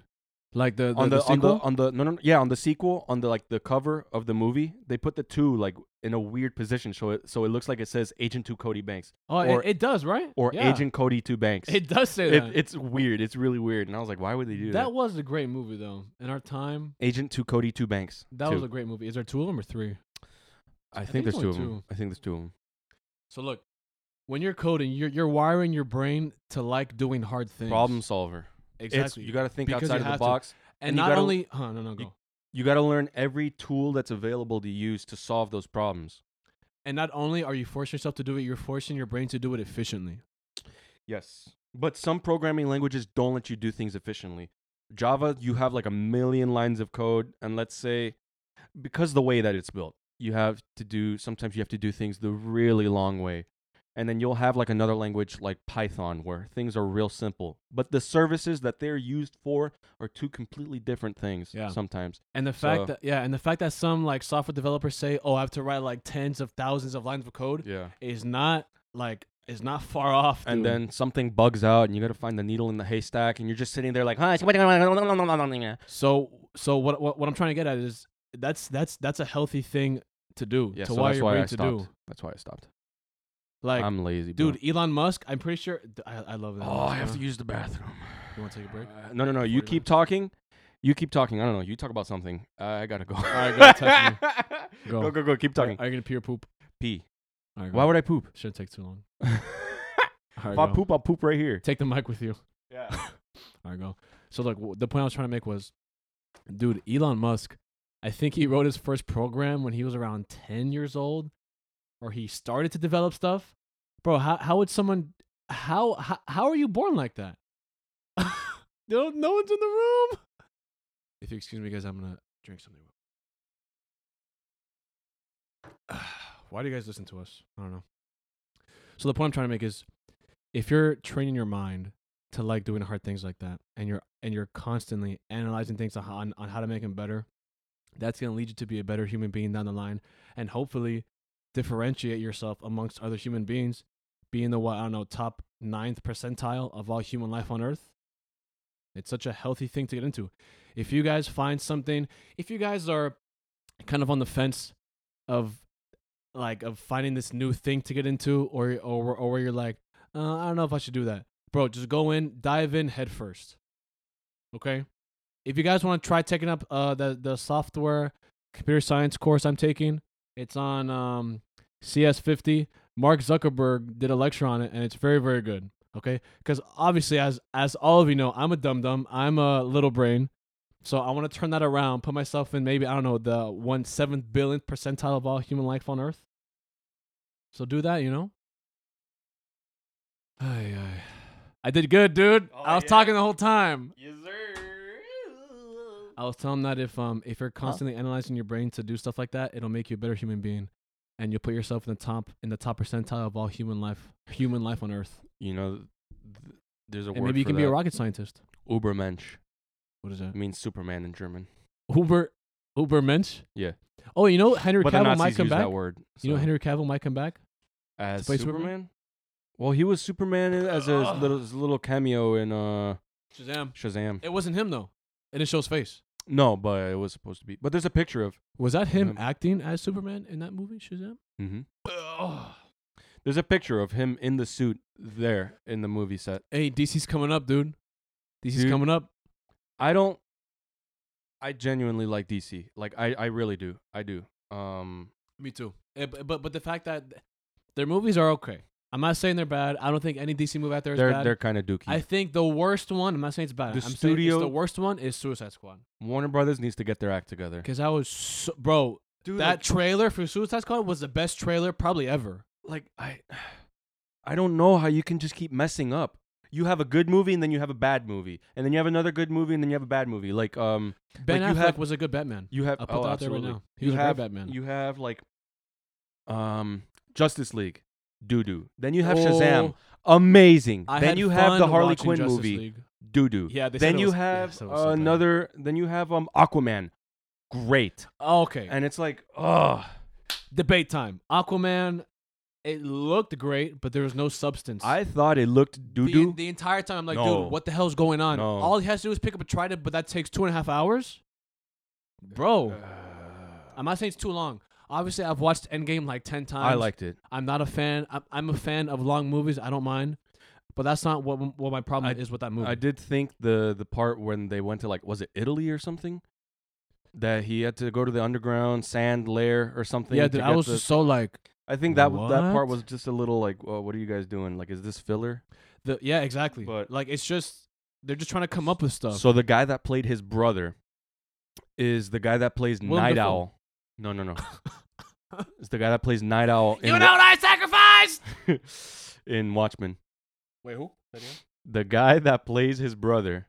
[SPEAKER 2] Like the, the
[SPEAKER 1] on the, on the
[SPEAKER 2] sequel?
[SPEAKER 1] on the no, no no yeah on the sequel on the like the cover of the movie they put the two like in a weird position so it so it looks like it says Agent Two Cody Banks
[SPEAKER 2] oh, it-
[SPEAKER 1] or-
[SPEAKER 2] it, does right
[SPEAKER 1] or
[SPEAKER 2] Yeah.
[SPEAKER 1] Agent Cody Two Banks.
[SPEAKER 2] It does say
[SPEAKER 1] It-
[SPEAKER 2] that.
[SPEAKER 1] it's weird. It's really weird. And I was like, why would they do that?
[SPEAKER 2] that was a great movie though. In our time,
[SPEAKER 1] Agent Two Cody Two Banks.
[SPEAKER 2] that
[SPEAKER 1] two.
[SPEAKER 2] was a great movie. Is there two of them or three?
[SPEAKER 1] I think,
[SPEAKER 2] think
[SPEAKER 1] there's
[SPEAKER 2] it's
[SPEAKER 1] two of
[SPEAKER 2] only
[SPEAKER 1] them.
[SPEAKER 2] two.
[SPEAKER 1] I think there's two of them.
[SPEAKER 2] So look, when you're coding, you're you're wiring your brain to like doing hard things.
[SPEAKER 1] Problem solver.
[SPEAKER 2] exactly.
[SPEAKER 1] It's, you got to think
[SPEAKER 2] Because you
[SPEAKER 1] outside of
[SPEAKER 2] have
[SPEAKER 1] the
[SPEAKER 2] to.
[SPEAKER 1] box.
[SPEAKER 2] and,
[SPEAKER 1] and you
[SPEAKER 2] not
[SPEAKER 1] gotta-
[SPEAKER 2] only, huh, no, no, go.
[SPEAKER 1] You got to learn every tool that's available to use to solve those problems.
[SPEAKER 2] and not only are you forcing yourself to do it, you're forcing your brain to do it efficiently.
[SPEAKER 1] Yes. But some programming languages don't let you do things efficiently. Java, you have like a million lines of code, and let's say because the way that it's built, you have to do sometimes you have to do things the really long way. And then you'll have like another language like Python where things are real simple, but the services that they're used for are two completely different things
[SPEAKER 2] Yeah.
[SPEAKER 1] sometimes.
[SPEAKER 2] And the fact
[SPEAKER 1] So-
[SPEAKER 2] that yeah, and the fact that some like software developers say, "Oh, I have to write like tens of thousands of lines of code,"
[SPEAKER 1] Yeah.
[SPEAKER 2] is not like is not far off.
[SPEAKER 1] and
[SPEAKER 2] dude.
[SPEAKER 1] then something bugs out, and you gotta find the needle in the haystack, and you're just sitting there like, huh? it's-
[SPEAKER 2] so so what, what what I'm trying to get at is that's that's that's a healthy thing to do
[SPEAKER 1] Yeah,
[SPEAKER 2] to
[SPEAKER 1] so
[SPEAKER 2] wire
[SPEAKER 1] that's
[SPEAKER 2] your
[SPEAKER 1] why
[SPEAKER 2] brain
[SPEAKER 1] I
[SPEAKER 2] to
[SPEAKER 1] stopped.
[SPEAKER 2] do.
[SPEAKER 1] That's why I stopped.
[SPEAKER 2] Like,
[SPEAKER 1] I'm lazy, bro.
[SPEAKER 2] dude, Elon Musk. I'm pretty sure. d- I, I love that.
[SPEAKER 1] Oh, I have to use the bathroom.
[SPEAKER 2] You want to take a break?
[SPEAKER 1] Uh, no, no, no. You
[SPEAKER 2] Forty
[SPEAKER 1] keep talking. You keep talking. I don't know. You talk about something. I gotta go. All
[SPEAKER 2] right, go, text Go.
[SPEAKER 1] go. go, go, Keep talking.
[SPEAKER 2] Are you gonna pee or poop?
[SPEAKER 1] Pee.
[SPEAKER 2] All right, go.
[SPEAKER 1] Why would I poop?
[SPEAKER 2] Shouldn't take too long.
[SPEAKER 1] if
[SPEAKER 2] All
[SPEAKER 1] I
[SPEAKER 2] right, go.
[SPEAKER 1] poop, I'll poop right here.
[SPEAKER 2] Take the mic with you.
[SPEAKER 1] Yeah.
[SPEAKER 2] All right, go. So look, w- the point I was trying to make was, dude, Elon Musk. I think he wrote his first program when he was around ten years old, or he started to develop stuff. Bro, how how would someone how how, how are you born like that? no, no one's in the room. If you excuse me, guys, I'm gonna drink something. Why do you guys listen to us? I don't know. So the point I'm trying to make is, if you're training your mind to like doing hard things like that and you're and you're constantly analyzing things on, on, on how to make them better that's going to lead you to be a better human being down the line and hopefully differentiate yourself amongst other human beings being the what i don't know top ninth percentile of all human life on earth it's such a healthy thing to get into if you guys find something if you guys are kind of on the fence of like of finding this new thing to get into or or, or where you're like uh, i don't know if i should do that bro, just go in, dive in head first. Okay? If you guys want to try taking up uh the, the software computer science course I'm taking, it's on um CS50. Mark Zuckerberg did a lecture on it and it's very, very good. Okay? Because obviously as as all of you know, I'm a dum dum, I'm a little brain. So I want to turn that around, put myself in maybe, I don't know, the one seventh billionth percentile of all human life on earth. So do that, you know? Ay, ay. I did good, dude. I was talking the whole time.
[SPEAKER 1] Yes,
[SPEAKER 2] I was telling that if um if you're constantly analyzing your brain to do stuff like that, it'll make you a better human being, and you'll put yourself in the top in the top percentile of all human life human life on Earth.
[SPEAKER 1] You know, th- there's a
[SPEAKER 2] And
[SPEAKER 1] word
[SPEAKER 2] maybe you
[SPEAKER 1] for
[SPEAKER 2] can be a
[SPEAKER 1] that.
[SPEAKER 2] rocket scientist.
[SPEAKER 1] Ubermensch.
[SPEAKER 2] What is that?
[SPEAKER 1] It means Superman in German.
[SPEAKER 2] Uber Uber Mensch.
[SPEAKER 1] Yeah.
[SPEAKER 2] Oh, you know Henry
[SPEAKER 1] but the
[SPEAKER 2] Cavill
[SPEAKER 1] Nazis
[SPEAKER 2] might come
[SPEAKER 1] use
[SPEAKER 2] back.
[SPEAKER 1] that word.
[SPEAKER 2] You know
[SPEAKER 1] so-
[SPEAKER 2] Henry Cavill might come back.
[SPEAKER 1] as
[SPEAKER 2] play
[SPEAKER 1] Superman?
[SPEAKER 2] Superman?
[SPEAKER 1] Well, he was Superman in- as a his little, his little cameo in uh,
[SPEAKER 2] Shazam!
[SPEAKER 1] Shazam.
[SPEAKER 2] It wasn't him though. It didn't show his face.
[SPEAKER 1] No, but it was supposed to be. But there's a picture of.
[SPEAKER 2] Was that him
[SPEAKER 1] Mhm.
[SPEAKER 2] acting as Superman in that movie Shazam?
[SPEAKER 1] hmm There's a picture of him in the suit there in the movie set.
[SPEAKER 2] Hey, DC's coming up, dude. DC's
[SPEAKER 1] Dude.
[SPEAKER 2] coming up.
[SPEAKER 1] I don't. I genuinely like DC. Like I, I really do. I do. Um,
[SPEAKER 2] Me too. Eh, b- But but the fact that th- their movies are okay. I'm not saying they're bad. I don't think any DC movie out there is
[SPEAKER 1] they're
[SPEAKER 2] bad.
[SPEAKER 1] they're kind of dookie.
[SPEAKER 2] I think the worst one. I'm not saying it's bad.
[SPEAKER 1] The
[SPEAKER 2] I'm saying it's
[SPEAKER 1] studio-
[SPEAKER 2] the worst one is Suicide Squad.
[SPEAKER 1] Warner Brothers needs to get their act together.
[SPEAKER 2] Because I was so, bro.
[SPEAKER 1] Dude,
[SPEAKER 2] that trailer for Suicide Squad was the best trailer probably ever.
[SPEAKER 1] like I I don't know how you can just keep messing up. You have a good movie and then you have a bad movie, and then you have another good movie and then you have a bad movie. Like um,
[SPEAKER 2] Ben
[SPEAKER 1] Like,
[SPEAKER 2] Affleck
[SPEAKER 1] you have-
[SPEAKER 2] was a good Batman.
[SPEAKER 1] you have
[SPEAKER 2] I'll put
[SPEAKER 1] oh,
[SPEAKER 2] that out there right
[SPEAKER 1] absolutely.
[SPEAKER 2] now. He
[SPEAKER 1] you
[SPEAKER 2] was a great
[SPEAKER 1] have
[SPEAKER 2] Batman.
[SPEAKER 1] You have like um Justice League, doo doo. Then you
[SPEAKER 2] Oh,
[SPEAKER 1] have Shazam, amazing.
[SPEAKER 2] I
[SPEAKER 1] then
[SPEAKER 2] had
[SPEAKER 1] you have
[SPEAKER 2] fun
[SPEAKER 1] the Harley
[SPEAKER 2] watching
[SPEAKER 1] Quinn
[SPEAKER 2] Justice
[SPEAKER 1] movie,
[SPEAKER 2] League.
[SPEAKER 1] doo doo.
[SPEAKER 2] Yeah, they said
[SPEAKER 1] Then
[SPEAKER 2] it
[SPEAKER 1] you
[SPEAKER 2] was- yeah,
[SPEAKER 1] have
[SPEAKER 2] so it was so bad.
[SPEAKER 1] another. then you have um Aquaman, great.
[SPEAKER 2] Oh, okay.
[SPEAKER 1] And it's like, ugh.
[SPEAKER 2] Debate time. Aquaman. It looked great, but there was no substance.
[SPEAKER 1] I thought it looked doo
[SPEAKER 2] the,
[SPEAKER 1] doo.
[SPEAKER 2] the entire time. I'm like,
[SPEAKER 1] No.
[SPEAKER 2] dude, what the hell's going on?
[SPEAKER 1] No.
[SPEAKER 2] All he has to do is pick up a trident, but that takes two and a half hours.
[SPEAKER 1] Uh,
[SPEAKER 2] Bro, I'm not saying it's too long. Obviously, I've watched Endgame like ten times.
[SPEAKER 1] I liked it.
[SPEAKER 2] I'm not a fan. I'm, I'm a fan of long movies. I don't mind, but that's not what what my problem
[SPEAKER 1] I-
[SPEAKER 2] is with that movie.
[SPEAKER 1] I did think the the part when they went to like was it Italy or something that he had to go to the underground sand lair or something.
[SPEAKER 2] yeah,
[SPEAKER 1] to
[SPEAKER 2] dude, I
[SPEAKER 1] get
[SPEAKER 2] was
[SPEAKER 1] the-
[SPEAKER 2] just so like,
[SPEAKER 1] I think that w- that
[SPEAKER 2] What?
[SPEAKER 1] part was just a little like, uh, what are you guys doing? Like, is this filler?
[SPEAKER 2] the yeah, exactly.
[SPEAKER 1] But-
[SPEAKER 2] like, it's just they're just trying to come up with stuff.
[SPEAKER 1] So the guy that played his brother is the guy that plays
[SPEAKER 2] Willem
[SPEAKER 1] Night
[SPEAKER 2] Dafoe.
[SPEAKER 1] Owl. No, no, no. it's the guy that plays Night Owl. in
[SPEAKER 2] what I sacrificed?
[SPEAKER 1] Wa- in Watchmen.
[SPEAKER 2] Wait, who?
[SPEAKER 1] The guy that plays his brother,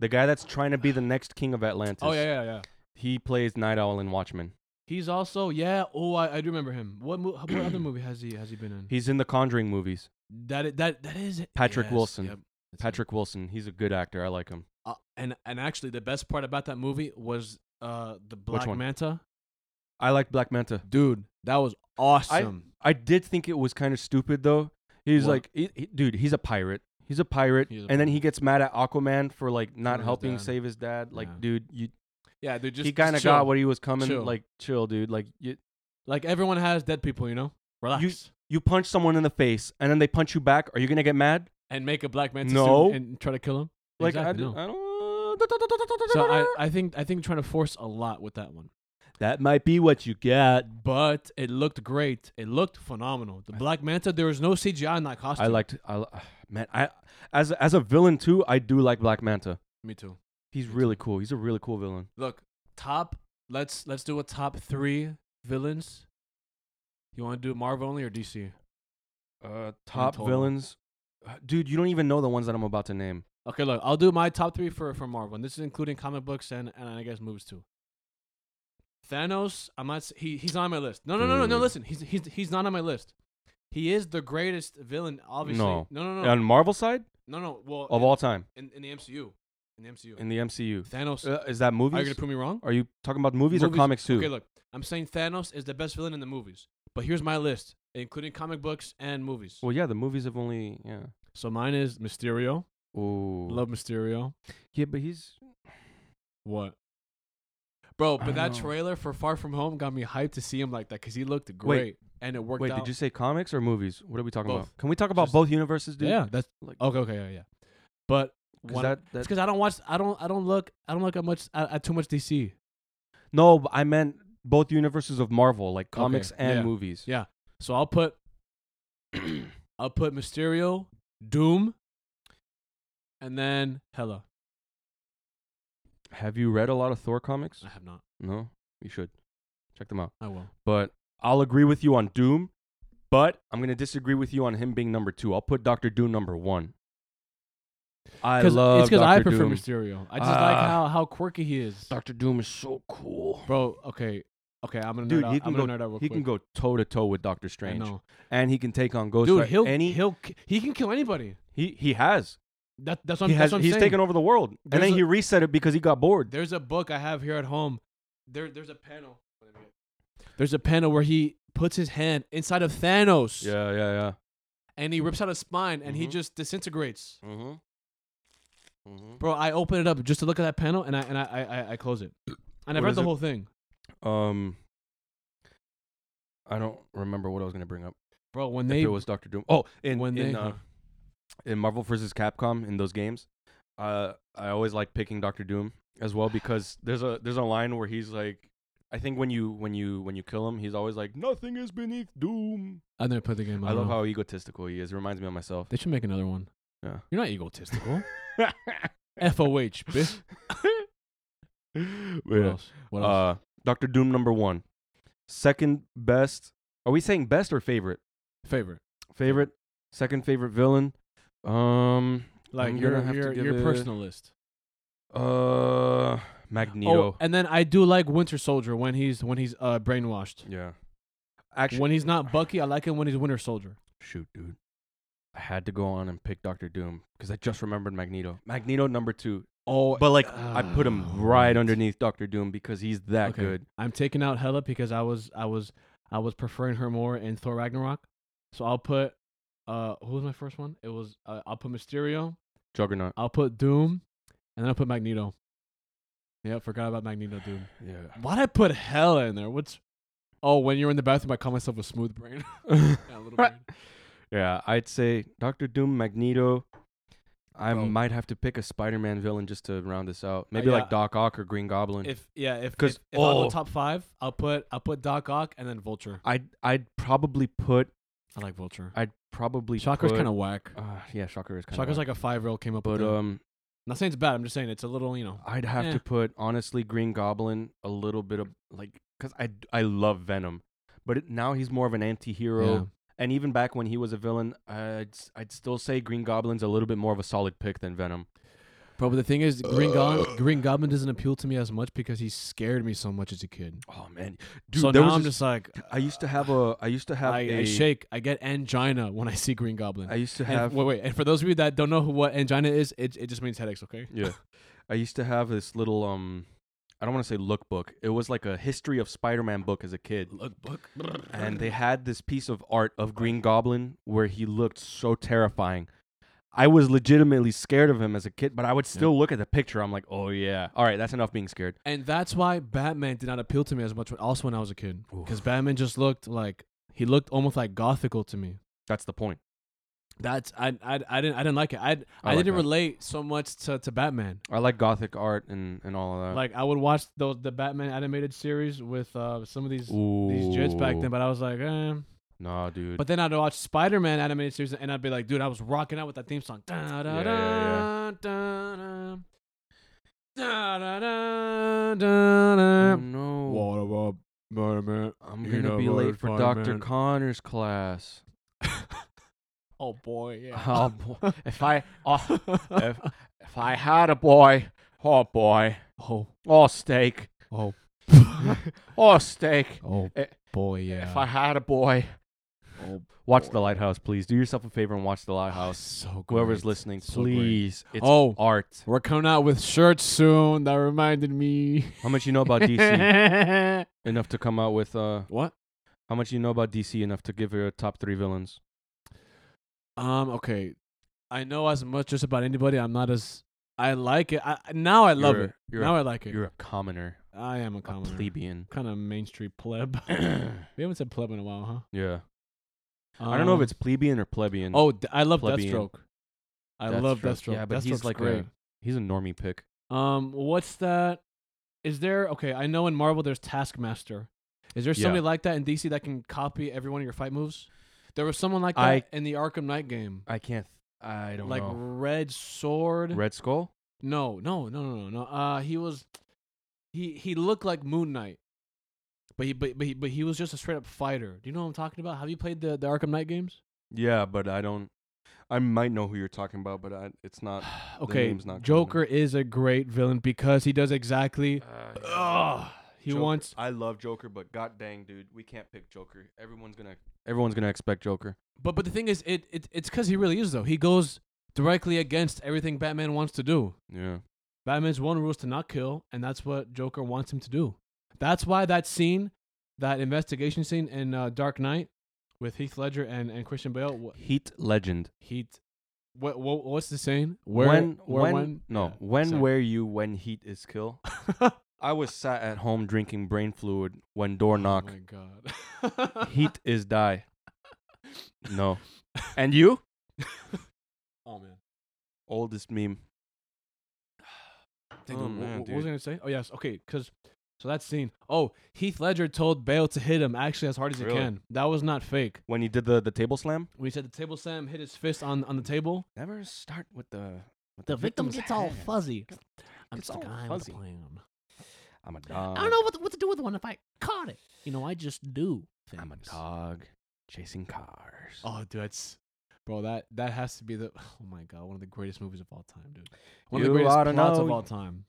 [SPEAKER 1] the guy that's trying to be the next king of Atlantis.
[SPEAKER 2] Oh yeah, Mm-hmm. yeah, yeah.
[SPEAKER 1] He plays Night Owl in Watchmen.
[SPEAKER 2] He's also yeah. Oh, I, I do remember him. What mo- what other movie has he has he been in?
[SPEAKER 1] He's in the Conjuring movies.
[SPEAKER 2] That i- that that is
[SPEAKER 1] Patrick
[SPEAKER 2] yes,
[SPEAKER 1] Wilson.
[SPEAKER 2] yep, that's him.
[SPEAKER 1] Patrick Wilson, he's a good actor. I like him.
[SPEAKER 2] Uh, and and actually, the best part about that movie was uh the Black
[SPEAKER 1] one?
[SPEAKER 2] Manta.
[SPEAKER 1] I like Black Manta.
[SPEAKER 2] Dude, that was awesome.
[SPEAKER 1] I did think it was kind of stupid though. He's
[SPEAKER 2] What?
[SPEAKER 1] like, he- he- dude, he's a pirate. He's a pirate,
[SPEAKER 2] He's a
[SPEAKER 1] and then he
[SPEAKER 2] pirate.
[SPEAKER 1] gets mad at Aquaman for like not
[SPEAKER 2] his
[SPEAKER 1] helping
[SPEAKER 2] dad.
[SPEAKER 1] save his dad. Like,
[SPEAKER 2] Yeah.
[SPEAKER 1] dude, you
[SPEAKER 2] Yeah, dude. Just
[SPEAKER 1] he kind of
[SPEAKER 2] chill.
[SPEAKER 1] got what he was coming.
[SPEAKER 2] Chill.
[SPEAKER 1] Like, chill, dude. Like, you
[SPEAKER 2] Like everyone has dead people, you know. Relax
[SPEAKER 1] you punch someone in the face, and then they punch you back. Are you gonna get mad?
[SPEAKER 2] and make a black man.
[SPEAKER 1] No.
[SPEAKER 2] and try to kill him.
[SPEAKER 1] Like, I,
[SPEAKER 2] exactly,
[SPEAKER 1] d-
[SPEAKER 2] no.
[SPEAKER 1] I don't.
[SPEAKER 2] so I, I think I think trying to force a lot with that one.
[SPEAKER 1] that might be what you get.
[SPEAKER 2] But it looked great. It looked phenomenal. The Black Manta. There was no CGI in that costume.
[SPEAKER 1] I liked. I, li- man, I as as a villain too. I do like Black Manta.
[SPEAKER 2] Me too.
[SPEAKER 1] He's
[SPEAKER 2] Me
[SPEAKER 1] really cool. He's a really cool villain.
[SPEAKER 2] Look, top. Let's let's do a top three villains. You want to do Marvel only or DC?
[SPEAKER 1] Uh, top
[SPEAKER 2] total.
[SPEAKER 1] villains, Uh, dude. You don't even know the ones that I'm about to name.
[SPEAKER 2] Okay, look, I'll do my top three for, for Marvel. And this is including comic books and, and I guess movies too. Thanos, I'm not. s- He he's not on my list. No, no, no, no, no.
[SPEAKER 1] Dude.
[SPEAKER 2] Listen, he's he's he's not on my list. He is the greatest villain, obviously.
[SPEAKER 1] No.
[SPEAKER 2] no, no, no,
[SPEAKER 1] On Marvel side
[SPEAKER 2] no, no. Well,
[SPEAKER 1] of all time
[SPEAKER 2] in, in the MCU, in the MCU,
[SPEAKER 1] in the MCU,
[SPEAKER 2] Thanos.
[SPEAKER 1] uh, is that movies?
[SPEAKER 2] are you gonna prove me wrong?
[SPEAKER 1] Are you talking about movies, or
[SPEAKER 2] Movies-
[SPEAKER 1] comics too?
[SPEAKER 2] Okay, look, I'm saying Thanos is the best villain in the movies. But here's my list, including comic books and movies.
[SPEAKER 1] Well, yeah, the movies have only yeah.
[SPEAKER 2] So mine is Mysterio.
[SPEAKER 1] Ooh.
[SPEAKER 2] Love Mysterio.
[SPEAKER 1] Yeah, but he's
[SPEAKER 2] What? Bro, but
[SPEAKER 1] don't
[SPEAKER 2] that
[SPEAKER 1] know.
[SPEAKER 2] trailer for Far From Home got me hyped to see him like that because he looked great and it worked
[SPEAKER 1] wait.
[SPEAKER 2] out.
[SPEAKER 1] Did you say comics or movies? What are we talking about?
[SPEAKER 2] Both.
[SPEAKER 1] Can we talk about
[SPEAKER 2] Just-
[SPEAKER 1] both universes, dude?
[SPEAKER 2] yeah, that's
[SPEAKER 1] Like-
[SPEAKER 2] okay. Okay, yeah, yeah. But
[SPEAKER 1] 'Cause
[SPEAKER 2] one,
[SPEAKER 1] that- that-
[SPEAKER 2] it's because I don't watch. I don't. I don't look. I don't look at much at, at too much DC.
[SPEAKER 1] No, but I meant both universes of Marvel, like comics and
[SPEAKER 2] yeah.
[SPEAKER 1] movies.
[SPEAKER 2] Yeah. So I'll put. I'll put Mysterio, Doom, and then Hella.
[SPEAKER 1] Have you read a lot of Thor comics?
[SPEAKER 2] I have not.
[SPEAKER 1] No, you should check them out.
[SPEAKER 2] I will.
[SPEAKER 1] But I'll agree with you on Doom, but I'm gonna disagree with you on him being number two. I'll put Doctor Doom number one. I love
[SPEAKER 2] it's because I
[SPEAKER 1] Dr.
[SPEAKER 2] prefer
[SPEAKER 1] Doom.
[SPEAKER 2] Mysterio. I just like
[SPEAKER 1] Ah.
[SPEAKER 2] how how quirky he is,
[SPEAKER 1] Doctor Doom is so cool,
[SPEAKER 2] bro. Okay, okay. I'm gonna
[SPEAKER 1] Dude,
[SPEAKER 2] Nerd out.
[SPEAKER 1] he can
[SPEAKER 2] I'm gonna
[SPEAKER 1] go-
[SPEAKER 2] nerd out real
[SPEAKER 1] He
[SPEAKER 2] quick.
[SPEAKER 1] can go toe to toe with Doctor
[SPEAKER 2] I
[SPEAKER 1] Strange,
[SPEAKER 2] know.
[SPEAKER 1] and he can take on Ghost.
[SPEAKER 2] Dude,
[SPEAKER 1] Rider.
[SPEAKER 2] he'll
[SPEAKER 1] Any-
[SPEAKER 2] he'll k- he can kill anybody.
[SPEAKER 1] he he has
[SPEAKER 2] That that's what,
[SPEAKER 1] he
[SPEAKER 2] I'm-
[SPEAKER 1] has
[SPEAKER 2] that's what I'm
[SPEAKER 1] he's
[SPEAKER 2] saying.
[SPEAKER 1] taken over the world,
[SPEAKER 2] There's
[SPEAKER 1] and then
[SPEAKER 2] a-
[SPEAKER 1] he reset it because he got bored.
[SPEAKER 2] There's a book I have here at home. There there's a panel. There's a panel where he puts his hand inside of Thanos
[SPEAKER 1] Yeah, yeah,
[SPEAKER 2] and he rips out his spine and he
[SPEAKER 1] Mhm.
[SPEAKER 2] just disintegrates.
[SPEAKER 1] yeah. Mm-hmm. Mm-hmm.
[SPEAKER 2] Bro, I open it up just to look at that panel and I and I I, I, I close it. And I
[SPEAKER 1] What
[SPEAKER 2] read
[SPEAKER 1] is
[SPEAKER 2] the
[SPEAKER 1] it?
[SPEAKER 2] whole thing.
[SPEAKER 1] Um, I don't remember what I was gonna bring up.
[SPEAKER 2] Bro, when
[SPEAKER 1] If
[SPEAKER 2] they
[SPEAKER 1] it was Doctor Doom. Oh, in
[SPEAKER 2] when
[SPEAKER 1] in,
[SPEAKER 2] they
[SPEAKER 1] uh, in Marvel vs. Capcom in those games, uh, I always like picking Doctor Doom as well because there's a there's a line where he's like, I think when you when you when you kill him, he's always like, nothing is beneath doom.
[SPEAKER 2] I never played the game.
[SPEAKER 1] I love
[SPEAKER 2] don't know.
[SPEAKER 1] how egotistical he is. It reminds me of myself.
[SPEAKER 2] they should make another one.
[SPEAKER 1] Yeah.
[SPEAKER 2] You're not egotistical. FOH, bitch. What
[SPEAKER 1] Yeah.
[SPEAKER 2] else? What else?
[SPEAKER 1] Uh, Doctor Doom number one. Second best. Are we saying best or favorite?
[SPEAKER 2] Favorite.
[SPEAKER 1] Favorite. Second favorite villain. Um.
[SPEAKER 2] Like
[SPEAKER 1] gonna
[SPEAKER 2] your
[SPEAKER 1] have to
[SPEAKER 2] your,
[SPEAKER 1] give
[SPEAKER 2] your
[SPEAKER 1] it-
[SPEAKER 2] personal list.
[SPEAKER 1] Uh. Magneto.
[SPEAKER 2] Oh, and then I do like Winter Soldier when he's when he's uh, brainwashed.
[SPEAKER 1] Yeah. Actually,
[SPEAKER 2] When he's not Bucky, I like him when he's Winter Soldier.
[SPEAKER 1] shoot, dude. I had to go on and pick Doctor Doom because I just remembered Magneto. Magneto number two.
[SPEAKER 2] Oh,
[SPEAKER 1] But like, I put him
[SPEAKER 2] Oh,
[SPEAKER 1] right
[SPEAKER 2] right.
[SPEAKER 1] underneath Doctor Doom because he's that
[SPEAKER 2] Okay.
[SPEAKER 1] good.
[SPEAKER 2] I'm taking out Hela because I was I was I was preferring her more in Thor Ragnarok. So I'll put uh who was my first one? It was uh, I'll put Mysterio,
[SPEAKER 1] Juggernaut.
[SPEAKER 2] I'll put Doom, and then I'll put Magneto. Yeah, forgot about Magneto Doom.
[SPEAKER 1] Yeah.
[SPEAKER 2] Why'd I put Hela in there? What's Oh, when you're in the bathroom, I call myself a smooth brain. yeah, a little brain.
[SPEAKER 1] Yeah, I'd say Doctor Doom, Magneto. I
[SPEAKER 2] Bro. Uh,
[SPEAKER 1] might have to pick a Spider-Man villain just to round this out. Maybe
[SPEAKER 2] yeah.
[SPEAKER 1] like Doc Ock or Green Goblin.
[SPEAKER 2] If yeah, if
[SPEAKER 1] 'Cause-
[SPEAKER 2] if, if I go
[SPEAKER 1] oh.
[SPEAKER 2] top five, I'll put I'll put Doc Ock and then Vulture.
[SPEAKER 1] I'd I'd probably put
[SPEAKER 2] I like Vulture.
[SPEAKER 1] I'd probably
[SPEAKER 2] Shocker's
[SPEAKER 1] put-
[SPEAKER 2] kind of whack.
[SPEAKER 1] uh, yeah Shocker is kind of
[SPEAKER 2] Shocker's like a five year old came up
[SPEAKER 1] but
[SPEAKER 2] with. it.
[SPEAKER 1] um
[SPEAKER 2] not saying it's bad. I'm just saying it's a little you know.
[SPEAKER 1] I'd have
[SPEAKER 2] Eh.
[SPEAKER 1] to put honestly Green Goblin a little bit of like because I d- I love Venom, but it, now he's more of an anti-hero.
[SPEAKER 2] Yeah.
[SPEAKER 1] And even back when he was a villain, I'd s- I'd still say Green Goblin's a little bit more of a solid pick than Venom.
[SPEAKER 2] Bro, but the thing is, Green Goblin, Green Goblin doesn't appeal to me as much because he scared me so much as a kid.
[SPEAKER 1] Oh man, dude,
[SPEAKER 2] so
[SPEAKER 1] there
[SPEAKER 2] now
[SPEAKER 1] was
[SPEAKER 2] I'm
[SPEAKER 1] this-
[SPEAKER 2] just like,
[SPEAKER 1] I used to have a Uh, I used to have
[SPEAKER 2] I,
[SPEAKER 1] a
[SPEAKER 2] I shake, I get angina when I see Green Goblin.
[SPEAKER 1] I used to
[SPEAKER 2] And-
[SPEAKER 1] have
[SPEAKER 2] wait, wait, and for those of you that don't know who- what angina is, it it just means headaches. Okay.
[SPEAKER 1] yeah, I used to have this little um I don't want to say lookbook. It was like a history of Spider-Man book as a kid. and they had this piece of art of Green Goblin where he looked so terrifying. I was legitimately scared of him as a kid, but I would still look at the picture. I'm like, oh yeah, all right, that's enough being scared.
[SPEAKER 2] And that's why Batman did not appeal to me as much when- also when I was a kid. Because Batman just looked like he looked almost like gothical to me.
[SPEAKER 1] That's the point.
[SPEAKER 2] That's I I, I didn't I didn't like it. I I,
[SPEAKER 1] I like
[SPEAKER 2] didn't
[SPEAKER 1] that.
[SPEAKER 2] relate so much to, to Batman.
[SPEAKER 1] I like gothic art and and all of that.
[SPEAKER 2] Like I would watch those the Batman animated series with uh, some of these these jits back
[SPEAKER 1] Ooh.
[SPEAKER 2] then, but I was like, eh.
[SPEAKER 1] Nah, dude.
[SPEAKER 2] But then I'd watch Spider Man animated series and I'd be like, dude, I was rocking out with that theme song. Da, da,
[SPEAKER 1] Yeah, yeah,
[SPEAKER 2] da, da, da. Da, da, da, da, da.
[SPEAKER 1] Oh, no.
[SPEAKER 2] What up, Spider-Man?
[SPEAKER 1] I'm
[SPEAKER 2] uh, You
[SPEAKER 1] gonna
[SPEAKER 2] know
[SPEAKER 1] be
[SPEAKER 2] about
[SPEAKER 1] late for Doctor
[SPEAKER 2] Spider-Man.
[SPEAKER 1] Connor's class.
[SPEAKER 2] Oh boy, yeah.
[SPEAKER 1] Oh boy, if I oh, if, if I had a boy, oh boy,
[SPEAKER 2] oh,
[SPEAKER 1] oh steak,
[SPEAKER 2] oh,
[SPEAKER 1] oh steak.
[SPEAKER 2] oh
[SPEAKER 1] Eh,
[SPEAKER 2] boy, yeah.
[SPEAKER 1] If I had a boy,
[SPEAKER 2] oh,
[SPEAKER 1] watch The Lighthouse, please. Do yourself a favor and watch The Lighthouse.
[SPEAKER 2] so
[SPEAKER 1] Whoever's
[SPEAKER 2] great.
[SPEAKER 1] listening,
[SPEAKER 2] So great.
[SPEAKER 1] please. It's
[SPEAKER 2] Oh.
[SPEAKER 1] art.
[SPEAKER 2] We're coming out with shirts soon. That reminded me.
[SPEAKER 1] How much you know about DC enough to come out with? uh
[SPEAKER 2] what?
[SPEAKER 1] How much you know about DC enough to give your top three villains?
[SPEAKER 2] Um. Okay. I know as much just about anybody. I'm not as. I like it. I, now I love
[SPEAKER 1] You're-
[SPEAKER 2] it.
[SPEAKER 1] you're
[SPEAKER 2] Now I like it.
[SPEAKER 1] You're a commoner,
[SPEAKER 2] I am a commoner.
[SPEAKER 1] a plebeian.
[SPEAKER 2] Kind of main street pleb. we haven't said pleb in a while, huh?
[SPEAKER 1] yeah. I don't know if
[SPEAKER 2] Um,
[SPEAKER 1] it's plebeian or plebeian.
[SPEAKER 2] Oh, d- I love
[SPEAKER 1] plebeian.
[SPEAKER 2] Deathstroke. I love
[SPEAKER 1] Deathstroke.
[SPEAKER 2] Deathstroke.
[SPEAKER 1] Yeah, but he's
[SPEAKER 2] Deathstroke's
[SPEAKER 1] like
[SPEAKER 2] great.
[SPEAKER 1] a he's a normie pick.
[SPEAKER 2] Um, what's that? Is there okay? I know in Marvel there's Taskmaster. Is there somebody
[SPEAKER 1] Yeah.
[SPEAKER 2] like that in DC that can copy every one of your fight moves? There was someone like that
[SPEAKER 1] I-
[SPEAKER 2] in the Arkham Knight game,
[SPEAKER 1] I can't. I don't
[SPEAKER 2] like
[SPEAKER 1] know.
[SPEAKER 2] Red Sword.
[SPEAKER 1] Red Skull.
[SPEAKER 2] No, no, no, no, no, no. Uh, he was, he he looked like Moon Knight, but he but but he, but he was just a straight up fighter. Do you know what I'm talking about? Have you played the the Arkham Knight games?
[SPEAKER 1] Yeah, but I don't. I might know who you're talking about, but I, it's not.
[SPEAKER 2] okay,
[SPEAKER 1] name's not coming to me.
[SPEAKER 2] Joker is a great villain because he does
[SPEAKER 1] Uh,
[SPEAKER 2] exactly.
[SPEAKER 1] Ah,
[SPEAKER 2] Ugh, he
[SPEAKER 1] Joker.
[SPEAKER 2] wants
[SPEAKER 1] I love Joker, but god dang, dude, we can't pick Joker. Everyone's gonna. Everyone's gonna expect Joker.
[SPEAKER 2] But but the thing is, it, it it's because he really is though. He goes directly against everything Batman wants to do.
[SPEAKER 1] Yeah.
[SPEAKER 2] Batman's one rule is to not kill, and that's what Joker wants him to do. That's why that scene, that investigation scene in uh, Dark Knight, with Heath Ledger and, and Christian Bale, wha-
[SPEAKER 1] Heat legend.
[SPEAKER 2] Heat. What, what what's the saying? Where
[SPEAKER 1] when,
[SPEAKER 2] where,
[SPEAKER 1] when no
[SPEAKER 2] yeah,
[SPEAKER 1] when
[SPEAKER 2] sorry.
[SPEAKER 1] were you when heat is kill? I was sat at home drinking brain fluid when door knock.
[SPEAKER 2] Oh my god.
[SPEAKER 1] heat is die. No. And you?
[SPEAKER 2] Oh man.
[SPEAKER 1] Oldest meme.
[SPEAKER 2] Dang,
[SPEAKER 1] Oh,
[SPEAKER 2] dude, wh- wh- what
[SPEAKER 1] man,
[SPEAKER 2] was I
[SPEAKER 1] dude.
[SPEAKER 2] gonna say? Oh yes, okay, because so that scene. Oh, Heath Ledger told Bale to hit him actually as hard as
[SPEAKER 1] Really?
[SPEAKER 2] he can. That was not fake.
[SPEAKER 1] When you did the, the table slam?
[SPEAKER 2] When he said the table slam, hit his fist on on the table.
[SPEAKER 1] Never start with the with
[SPEAKER 2] fuzzy.
[SPEAKER 1] I'm Gets stuck all on the fuzzy.
[SPEAKER 2] plan.
[SPEAKER 1] I'm a dog.
[SPEAKER 4] I don't know what to, what to do with one if I caught it.
[SPEAKER 2] You know, I just do.
[SPEAKER 1] I'm a dog chasing cars.
[SPEAKER 2] Oh, dude, that's bro. That that has to be the oh my god, one of the greatest movies of all time, dude. One of
[SPEAKER 1] You
[SPEAKER 2] the greatest
[SPEAKER 1] oughta
[SPEAKER 2] plots of
[SPEAKER 1] know.
[SPEAKER 2] all time.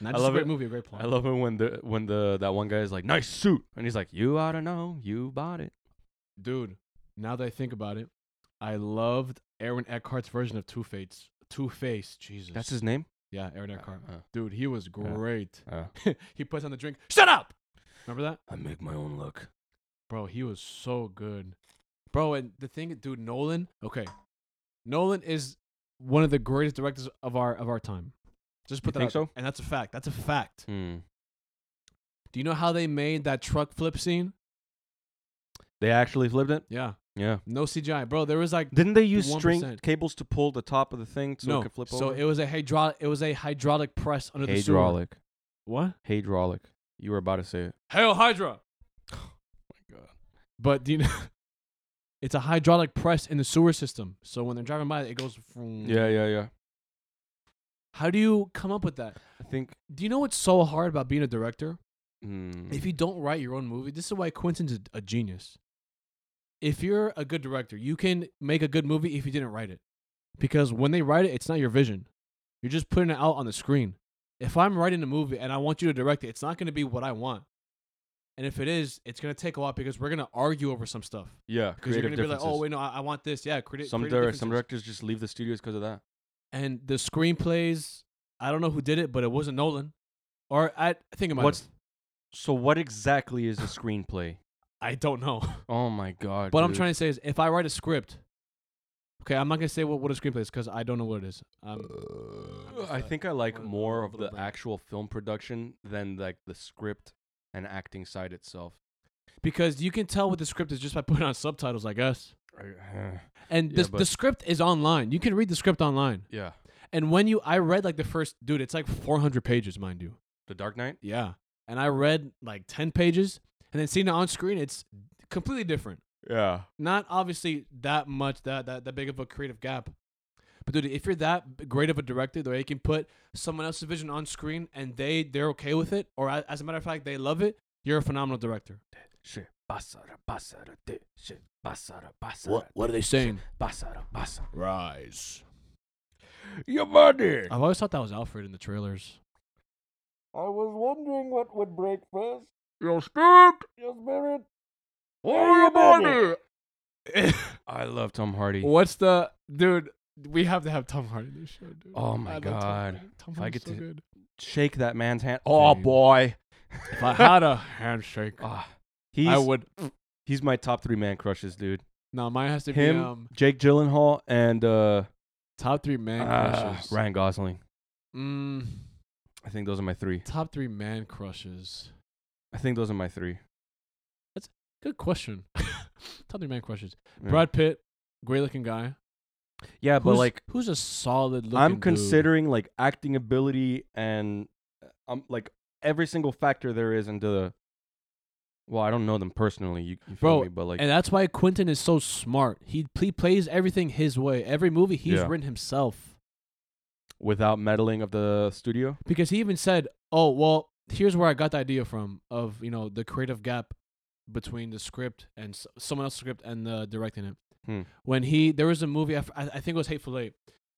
[SPEAKER 2] Not
[SPEAKER 1] I
[SPEAKER 2] just
[SPEAKER 1] love
[SPEAKER 2] a great
[SPEAKER 1] it.
[SPEAKER 2] movie, a great plot.
[SPEAKER 1] I love it when the when the that one guy is like, nice suit. And he's like, You oughta know, you bought it.
[SPEAKER 2] Dude, now that I think about it, I loved Aaron Eckhart's version of Two Fates. Two Face, Jesus.
[SPEAKER 1] That's his name?
[SPEAKER 2] Yeah, Aaron Eckhart.
[SPEAKER 1] Uh,
[SPEAKER 2] Dude, he was great.
[SPEAKER 1] uh, uh,
[SPEAKER 2] he puts on the drink. Shut up. Remember that,
[SPEAKER 1] I make my own luck.
[SPEAKER 2] bro? He was so good, bro. And the thing, dude, Nolan. Okay, Nolan is one of the greatest directors of our of our time. Just put
[SPEAKER 1] You
[SPEAKER 2] that
[SPEAKER 1] think
[SPEAKER 2] out there.
[SPEAKER 1] so?
[SPEAKER 2] and that's a fact. That's a fact.
[SPEAKER 1] Hmm.
[SPEAKER 2] Do you know how they made that truck flip scene?
[SPEAKER 1] They actually flipped it?
[SPEAKER 2] Yeah,
[SPEAKER 1] Yeah.
[SPEAKER 2] no CGI, bro. There was like
[SPEAKER 1] Didn't they use
[SPEAKER 2] 1%.
[SPEAKER 1] string cables to pull the top of the thing so
[SPEAKER 2] no.
[SPEAKER 1] it could flip
[SPEAKER 2] so
[SPEAKER 1] over?
[SPEAKER 2] it was a hydraulic. It was a hydraulic press under the sewer.
[SPEAKER 1] hydraulic.
[SPEAKER 2] What?
[SPEAKER 1] Hydraulic. You were about to say it.
[SPEAKER 2] Hail Hydra!
[SPEAKER 1] my god.
[SPEAKER 2] But do you know? It's a hydraulic press in the sewer system. So when they're driving by, it goes from.
[SPEAKER 1] Yeah, yeah, yeah.
[SPEAKER 2] How do you come up with that?
[SPEAKER 1] I think
[SPEAKER 2] Do you know what's so hard about being a director?
[SPEAKER 1] mm,
[SPEAKER 2] If you don't write your own movie, this is why Quentin's a, a genius. If you're a good director, you can make a good movie if you didn't write it. Because when they write it, it's not your vision. You're just putting it out on the screen. If I'm writing a movie and I want you to direct it, it's not going to be what I want. And if it is, it's going to take a lot because we're going to argue over some stuff.
[SPEAKER 1] yeah,
[SPEAKER 2] Because you're
[SPEAKER 1] creative
[SPEAKER 2] going to be like,
[SPEAKER 1] differences.
[SPEAKER 2] oh, wait, no, I, I want this. Yeah, creative.
[SPEAKER 1] some
[SPEAKER 2] creative
[SPEAKER 1] dir- some
[SPEAKER 2] differences."
[SPEAKER 1] directors just leave the studios because of that.
[SPEAKER 2] and the screenplays i don't know who did it but it wasn't nolan Or I I think it might.
[SPEAKER 1] What's-
[SPEAKER 2] have.
[SPEAKER 1] So what exactly is a screenplay?
[SPEAKER 2] I don't know.
[SPEAKER 1] Oh my god.
[SPEAKER 2] What I'm
[SPEAKER 1] dude.
[SPEAKER 2] trying to say is, if I write a script, okay, I'm not gonna say what, what a screenplay is because I don't know what it is. Um,
[SPEAKER 1] I think I like
[SPEAKER 2] Wanna go
[SPEAKER 1] more
[SPEAKER 2] over
[SPEAKER 1] of
[SPEAKER 2] the
[SPEAKER 1] the
[SPEAKER 2] brand.
[SPEAKER 1] actual film production than like the script and acting side itself.
[SPEAKER 2] because you can tell what the script is just by putting on subtitles, I guess.
[SPEAKER 1] I- uh,
[SPEAKER 2] And
[SPEAKER 1] Yeah,
[SPEAKER 2] the, the
[SPEAKER 1] but-
[SPEAKER 2] script is online. You can read the script online.
[SPEAKER 1] yeah.
[SPEAKER 2] And when you, I read like the first, dude, it's like 400 pages, mind you.
[SPEAKER 1] The Dark Knight?
[SPEAKER 2] Yeah. And I read like 10 pages and then seeing it on screen, it's completely different.
[SPEAKER 1] Yeah.
[SPEAKER 2] not obviously that much that that, that big of a creative gap. But dude, if you're that b- great of a director, the way you can put someone else's vision on screen and they they're okay with it, or a- as a matter of fact, they love it, you're a phenomenal director.
[SPEAKER 1] Shit. Basara, basara, de, shit. Basara, basara.
[SPEAKER 2] are they saying?
[SPEAKER 1] Basara, basara.
[SPEAKER 2] Rise.
[SPEAKER 1] Your body.
[SPEAKER 2] I've always thought that was Alfred in the trailers.
[SPEAKER 1] I was wondering what would break first. Your spirit. Your spirit. Or your body. I love Tom Hardy.
[SPEAKER 2] What's the dude? We have to have Tom Hardy in this show, dude.
[SPEAKER 1] Oh my
[SPEAKER 2] I love
[SPEAKER 1] God.
[SPEAKER 2] Tom, Hardy. Tom
[SPEAKER 1] If I
[SPEAKER 2] Hardy's
[SPEAKER 1] get
[SPEAKER 2] so
[SPEAKER 1] to-
[SPEAKER 2] good.
[SPEAKER 1] Shake that man's hand. Oh
[SPEAKER 2] Dude.
[SPEAKER 1] boy.
[SPEAKER 2] If I had a handshake,
[SPEAKER 1] Ah, he's
[SPEAKER 2] I would.
[SPEAKER 1] he's my top three man crushes, dude.
[SPEAKER 2] No, mine has to
[SPEAKER 1] Him,
[SPEAKER 2] be um,
[SPEAKER 1] Jake Gyllenhaal, and uh,
[SPEAKER 2] top three man
[SPEAKER 1] ah,
[SPEAKER 2] crushes.
[SPEAKER 1] Ryan Gosling.
[SPEAKER 2] Mm.
[SPEAKER 1] I think those are my three.
[SPEAKER 2] Top three man crushes.
[SPEAKER 1] I think those are my three.
[SPEAKER 2] Good question. Top three man crushes.
[SPEAKER 1] Yeah.
[SPEAKER 2] Brad Pitt, great looking guy.
[SPEAKER 1] Yeah, but
[SPEAKER 2] Who's-
[SPEAKER 1] like
[SPEAKER 2] who's a solid looking?
[SPEAKER 1] I'm
[SPEAKER 2] dude?
[SPEAKER 1] considering like acting ability and uh, um like every single factor there is into the. Well, I don't know them personally, you, you feel
[SPEAKER 2] Bro,
[SPEAKER 1] me? But like,
[SPEAKER 2] and that's why Quentin is so smart. He he plays everything his way. Every movie he's
[SPEAKER 1] Yeah.
[SPEAKER 2] written himself
[SPEAKER 1] without meddling of the studio.
[SPEAKER 2] because he even said, "Oh well, here's where I got the idea from of you know the creative gap between the script and s- someone else's script and the directing it."
[SPEAKER 1] Hmm.
[SPEAKER 2] When he there was a movie I, f- I- I think it was Hateful Eight.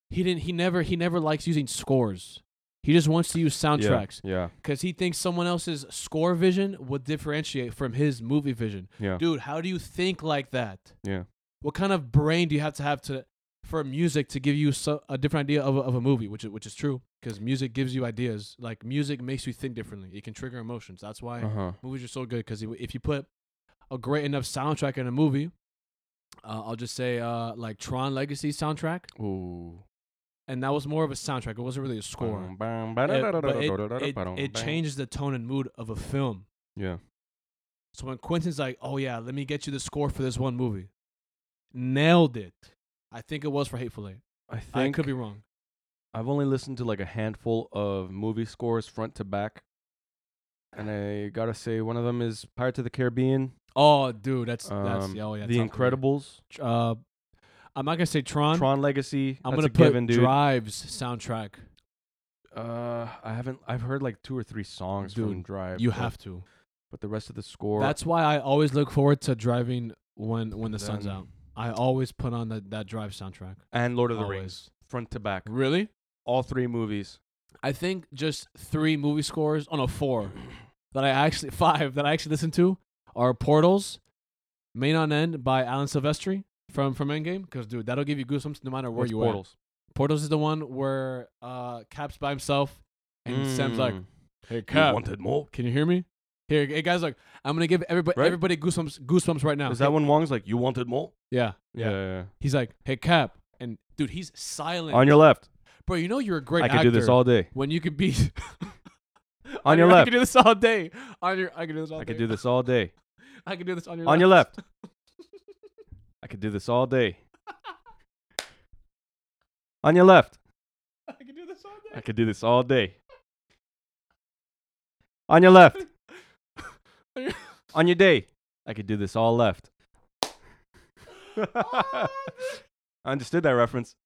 [SPEAKER 2] He didn't. He never. He never likes using scores. He just wants to use soundtracks.
[SPEAKER 1] Yeah,
[SPEAKER 2] because he thinks someone else's score vision would differentiate from his movie vision.
[SPEAKER 1] yeah,
[SPEAKER 2] Dude, how do you think like that?
[SPEAKER 1] Yeah.
[SPEAKER 2] What kind of brain do you have to have to for music to give you so, a different idea of a, of a movie, which is, which is true because music gives you ideas. Like music makes you think differently. It can trigger emotions. That's why
[SPEAKER 1] yeah. Uh huh.
[SPEAKER 2] movies are so good because if you put a great enough soundtrack in a movie, uh, I'll just say uh, like Tron Legacy soundtrack,
[SPEAKER 1] Ooh.
[SPEAKER 2] and that was more of a soundtrack. It wasn't really a score.
[SPEAKER 1] Bum, bum,
[SPEAKER 2] Yeah, but it- it,
[SPEAKER 1] ba-da-da-da-da-da-da-da-da-da-da-da-da-da-da-da.
[SPEAKER 2] it changes the tone and mood of a film.
[SPEAKER 1] Yeah.
[SPEAKER 2] So when Quentin's like, "Oh yeah, let me get you the score for this one movie," nailed it. I think it was for Hateful Eight.
[SPEAKER 1] I think
[SPEAKER 2] I could be wrong.
[SPEAKER 1] I've only listened to like a handful of movie scores front to back. And I gotta say, one of them is Pirates of the Caribbean,
[SPEAKER 2] Oh, dude, that's that's
[SPEAKER 1] um,
[SPEAKER 2] yeah, oh, yeah,
[SPEAKER 1] The
[SPEAKER 2] top three.
[SPEAKER 1] Incredibles,
[SPEAKER 2] Tr- Uh, I'm not gonna say Tron.
[SPEAKER 1] Tron Legacy.
[SPEAKER 2] I'm
[SPEAKER 1] that's
[SPEAKER 2] gonna
[SPEAKER 1] a
[SPEAKER 2] put
[SPEAKER 1] given, dude.
[SPEAKER 2] Drive's soundtrack.
[SPEAKER 1] Uh, I haven't. I've heard like two or three songs from
[SPEAKER 2] Dude,
[SPEAKER 1] Drive.
[SPEAKER 2] You
[SPEAKER 1] but-
[SPEAKER 2] have to.
[SPEAKER 1] but the rest of the score.
[SPEAKER 2] That's why I always look forward to driving when when the sun's
[SPEAKER 1] then-
[SPEAKER 2] out. I always put on that that Drive soundtrack.
[SPEAKER 1] and Lord of the Rings,
[SPEAKER 2] Always.
[SPEAKER 1] front to back,
[SPEAKER 2] Really?
[SPEAKER 1] all three movies.
[SPEAKER 2] I think just three movie scores on a four that I actually five that I actually listened to are Portals, Main on End by Alan Silvestri from from Endgame because dude that'll give you goosebumps no matter where
[SPEAKER 1] What's
[SPEAKER 2] you
[SPEAKER 1] portals?
[SPEAKER 2] are. Portals is the one where uh Cap's by himself and Sam's like,
[SPEAKER 1] Mm.
[SPEAKER 2] "Hey
[SPEAKER 1] You
[SPEAKER 2] Cap,
[SPEAKER 1] wanted more.
[SPEAKER 2] can you hear me?" Here, hey guys, like I'm gonna give everybody
[SPEAKER 1] Right?
[SPEAKER 2] everybody goosebumps goosebumps right now.
[SPEAKER 1] Is that
[SPEAKER 2] Hey-
[SPEAKER 1] when Wong's like, you wanted more?
[SPEAKER 2] Yeah, yeah.
[SPEAKER 1] yeah.
[SPEAKER 2] He's like, "Hey Cap," and dude, he's silent.
[SPEAKER 1] On your left.
[SPEAKER 2] Bro, you know you're a great
[SPEAKER 1] I
[SPEAKER 2] actor.
[SPEAKER 1] could do this all day.
[SPEAKER 2] when you could be
[SPEAKER 1] On your
[SPEAKER 2] I
[SPEAKER 1] left.
[SPEAKER 2] could do this all day. On your, I could do this all
[SPEAKER 1] I
[SPEAKER 2] day.
[SPEAKER 1] could do this all day.
[SPEAKER 2] I could do this on your
[SPEAKER 1] On
[SPEAKER 2] left.
[SPEAKER 1] your left. I could do this all day. On your left.
[SPEAKER 2] I could do this all day.
[SPEAKER 1] I could do this all day. On your left.
[SPEAKER 2] On your-
[SPEAKER 1] On your day. I could do this all left. I understood that reference.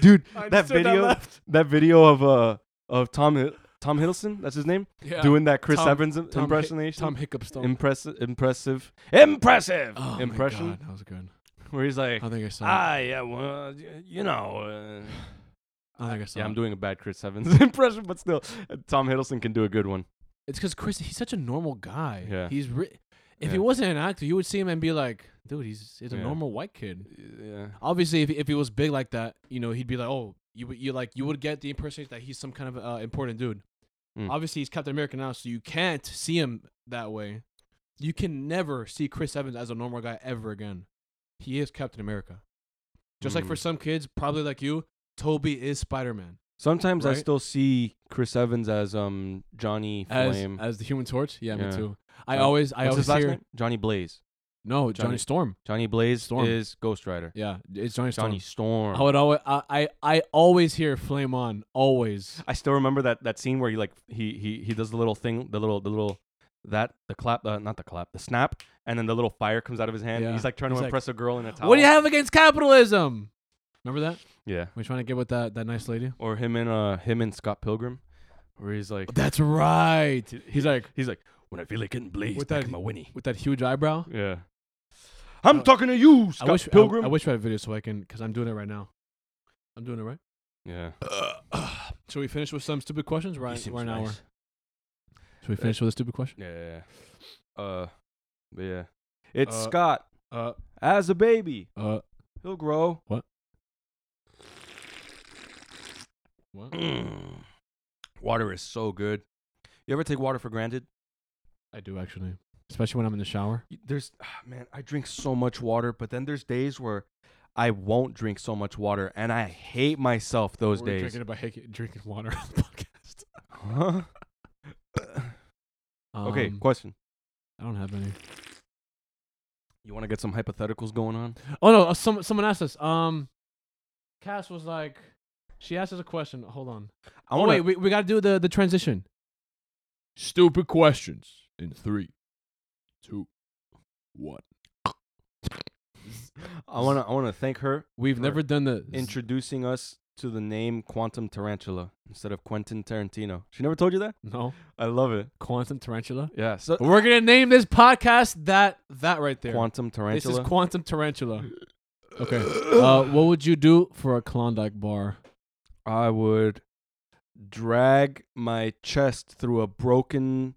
[SPEAKER 1] Dude,
[SPEAKER 2] I
[SPEAKER 1] that
[SPEAKER 2] understood
[SPEAKER 1] video that,
[SPEAKER 2] left.
[SPEAKER 1] video of uh of Tom Hi- Tom Hiddleston, that's his name,
[SPEAKER 2] Yeah.
[SPEAKER 1] doing that Chris
[SPEAKER 2] Tom-
[SPEAKER 1] Evans im-
[SPEAKER 2] Tom Hi-
[SPEAKER 1] impersonation.
[SPEAKER 2] Tom Hiccup Stone.
[SPEAKER 1] impressive impressive impressive
[SPEAKER 2] oh my
[SPEAKER 1] impression
[SPEAKER 2] God, that was good.
[SPEAKER 1] where he's like
[SPEAKER 2] I think I saw. it.
[SPEAKER 1] ah yeah well y- you know uh,
[SPEAKER 2] I think I saw.
[SPEAKER 1] yeah I'm
[SPEAKER 2] it.
[SPEAKER 1] doing a bad Chris Evans impression but still uh, Tom Hiddleston can do a good one
[SPEAKER 2] It's because Chris, he's such a normal guy.
[SPEAKER 1] Yeah.
[SPEAKER 2] He's ri- if
[SPEAKER 1] Yeah.
[SPEAKER 2] he wasn't an actor, you would see him and be like, dude, he's he's a
[SPEAKER 1] Yeah.
[SPEAKER 2] normal white kid.
[SPEAKER 1] yeah
[SPEAKER 2] Obviously, if if he was big like that, you know, he'd be like, oh, you would you like you would get the impersonation that he's some kind of uh, important dude.
[SPEAKER 1] Mm.
[SPEAKER 2] Obviously, he's Captain America now, so you can't see him that way. You can never see Chris Evans as a normal guy ever again. He is Captain America. Just like for
[SPEAKER 1] Mm.
[SPEAKER 2] some kids, probably like you, Toby is Spider Man.
[SPEAKER 1] Sometimes I
[SPEAKER 2] Right?
[SPEAKER 1] still see Chris Evans as um Johnny
[SPEAKER 2] As
[SPEAKER 1] Flame.
[SPEAKER 2] as the Human Torch, yeah,
[SPEAKER 1] Yeah.
[SPEAKER 2] me too. I
[SPEAKER 1] Yeah.
[SPEAKER 2] always, I
[SPEAKER 1] What's
[SPEAKER 2] always
[SPEAKER 1] his last
[SPEAKER 2] hear
[SPEAKER 1] name? Johnny Blaze.
[SPEAKER 2] no Johnny,
[SPEAKER 1] Johnny.
[SPEAKER 2] Storm.
[SPEAKER 1] Johnny Blaze
[SPEAKER 2] Storm.
[SPEAKER 1] is Ghost Rider.
[SPEAKER 2] Yeah, it's Johnny Storm.
[SPEAKER 1] Johnny Storm.
[SPEAKER 2] I would always, I, I, I always hear Flame on, always.
[SPEAKER 1] I still remember that that scene where he like he he he does the little thing, the little the little that the clap, uh, not the clap, the snap, and then the little fire comes out of his hand.
[SPEAKER 2] Yeah.
[SPEAKER 1] He's like trying
[SPEAKER 2] He's
[SPEAKER 1] to
[SPEAKER 2] like,
[SPEAKER 1] impress a girl in a towel.
[SPEAKER 2] What do you have against capitalism? Remember that?
[SPEAKER 1] Yeah.
[SPEAKER 2] We're trying to get with that that nice lady.
[SPEAKER 1] Or him and uh him and Scott Pilgrim, where he's like
[SPEAKER 2] That's right. He's like
[SPEAKER 1] he's like when I feel like getting blazed,
[SPEAKER 2] With
[SPEAKER 1] I
[SPEAKER 2] that-
[SPEAKER 1] give him a Winnie.
[SPEAKER 2] with that huge eyebrow.
[SPEAKER 1] Yeah. Uh, I'm
[SPEAKER 2] I-
[SPEAKER 1] talking to you, Scott
[SPEAKER 2] I wish I-
[SPEAKER 1] Pilgrim.
[SPEAKER 2] I, wish I had video so I can, cause I'm doing it right now. I'm doing it right.
[SPEAKER 1] yeah.
[SPEAKER 2] Should we finish with some stupid questions?
[SPEAKER 1] He
[SPEAKER 2] Right,
[SPEAKER 1] seems
[SPEAKER 2] we're an hour.
[SPEAKER 1] nice.
[SPEAKER 2] Should we finish with a stupid question?
[SPEAKER 1] Yeah, yeah, yeah. Uh, but yeah. It's
[SPEAKER 2] Uh,
[SPEAKER 1] Scott
[SPEAKER 2] Uh,
[SPEAKER 1] as a baby.
[SPEAKER 2] uh,
[SPEAKER 1] He'll grow.
[SPEAKER 2] what?
[SPEAKER 1] Mm. Water is so good. You ever take water for granted?
[SPEAKER 2] I do actually, especially when I'm in the shower.
[SPEAKER 1] Y- There's ah, man, I drink so much water, but then there's days where I won't drink so much water, and I hate myself those
[SPEAKER 2] We're
[SPEAKER 1] days.
[SPEAKER 2] drinking about drinking water on the podcast.
[SPEAKER 1] Huh? okay,
[SPEAKER 2] Um,
[SPEAKER 1] question.
[SPEAKER 2] I don't have any.
[SPEAKER 1] You want to get some hypotheticals going on?
[SPEAKER 2] Oh no, uh, some someone asked us. Um, Cass was like, she asked us a question. Hold on.
[SPEAKER 1] I
[SPEAKER 2] oh
[SPEAKER 1] want
[SPEAKER 2] wait, we we gotta do the the transition. Stupid questions in three, two, one.
[SPEAKER 1] I want to. I want to thank her
[SPEAKER 2] We've
[SPEAKER 1] For
[SPEAKER 2] never done the
[SPEAKER 1] introducing us to the name Quantum Tarantula instead of Quentin Tarantino. She never told you that?
[SPEAKER 2] no
[SPEAKER 1] I love it.
[SPEAKER 2] quantum tarantula.
[SPEAKER 1] Yeah. So
[SPEAKER 2] We're gonna name this podcast that that right there.
[SPEAKER 1] Uh, Quantum
[SPEAKER 2] this
[SPEAKER 1] Tarantula.
[SPEAKER 2] is quantum tarantula. Okay. Uh, what would you do for a Klondike bar?
[SPEAKER 1] I would drag my chest through a broken,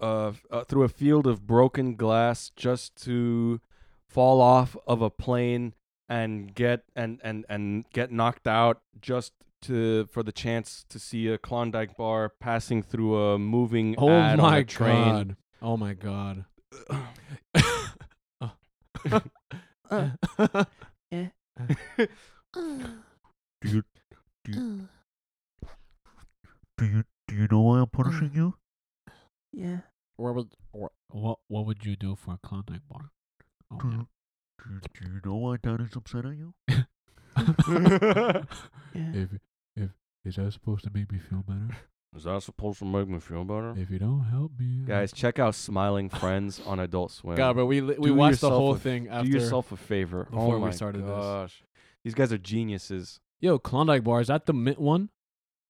[SPEAKER 1] uh, f- uh, through a field of broken glass just to fall off of a plane and get and and and get knocked out just to for the chance to see a Klondike bar passing through a moving
[SPEAKER 2] Oh
[SPEAKER 1] ad on
[SPEAKER 2] my
[SPEAKER 1] a train.
[SPEAKER 2] god! Oh my god!
[SPEAKER 5] Do you do you know why I'm punishing you?
[SPEAKER 4] Yeah.
[SPEAKER 2] What would wha- what what would you do for a Klondike bar? Oh,
[SPEAKER 5] Do you, do, you- do you know why Dad is upset at you?
[SPEAKER 2] man.
[SPEAKER 4] Yeah.
[SPEAKER 6] If if is that supposed to make me feel better?
[SPEAKER 1] Is that supposed to make me feel better?
[SPEAKER 6] If you don't help me, uh,
[SPEAKER 1] Guys, check out Smiling Friends on Adult Swim.
[SPEAKER 2] God, but we li- we
[SPEAKER 1] Do
[SPEAKER 2] watched the
[SPEAKER 1] yourself
[SPEAKER 2] whole
[SPEAKER 1] a-
[SPEAKER 2] thing after.
[SPEAKER 1] Do yourself a favor. Oh
[SPEAKER 2] before we
[SPEAKER 1] my
[SPEAKER 2] started this.
[SPEAKER 1] gosh. These guys are geniuses.
[SPEAKER 2] Yo, Klondike bar is that the mint one,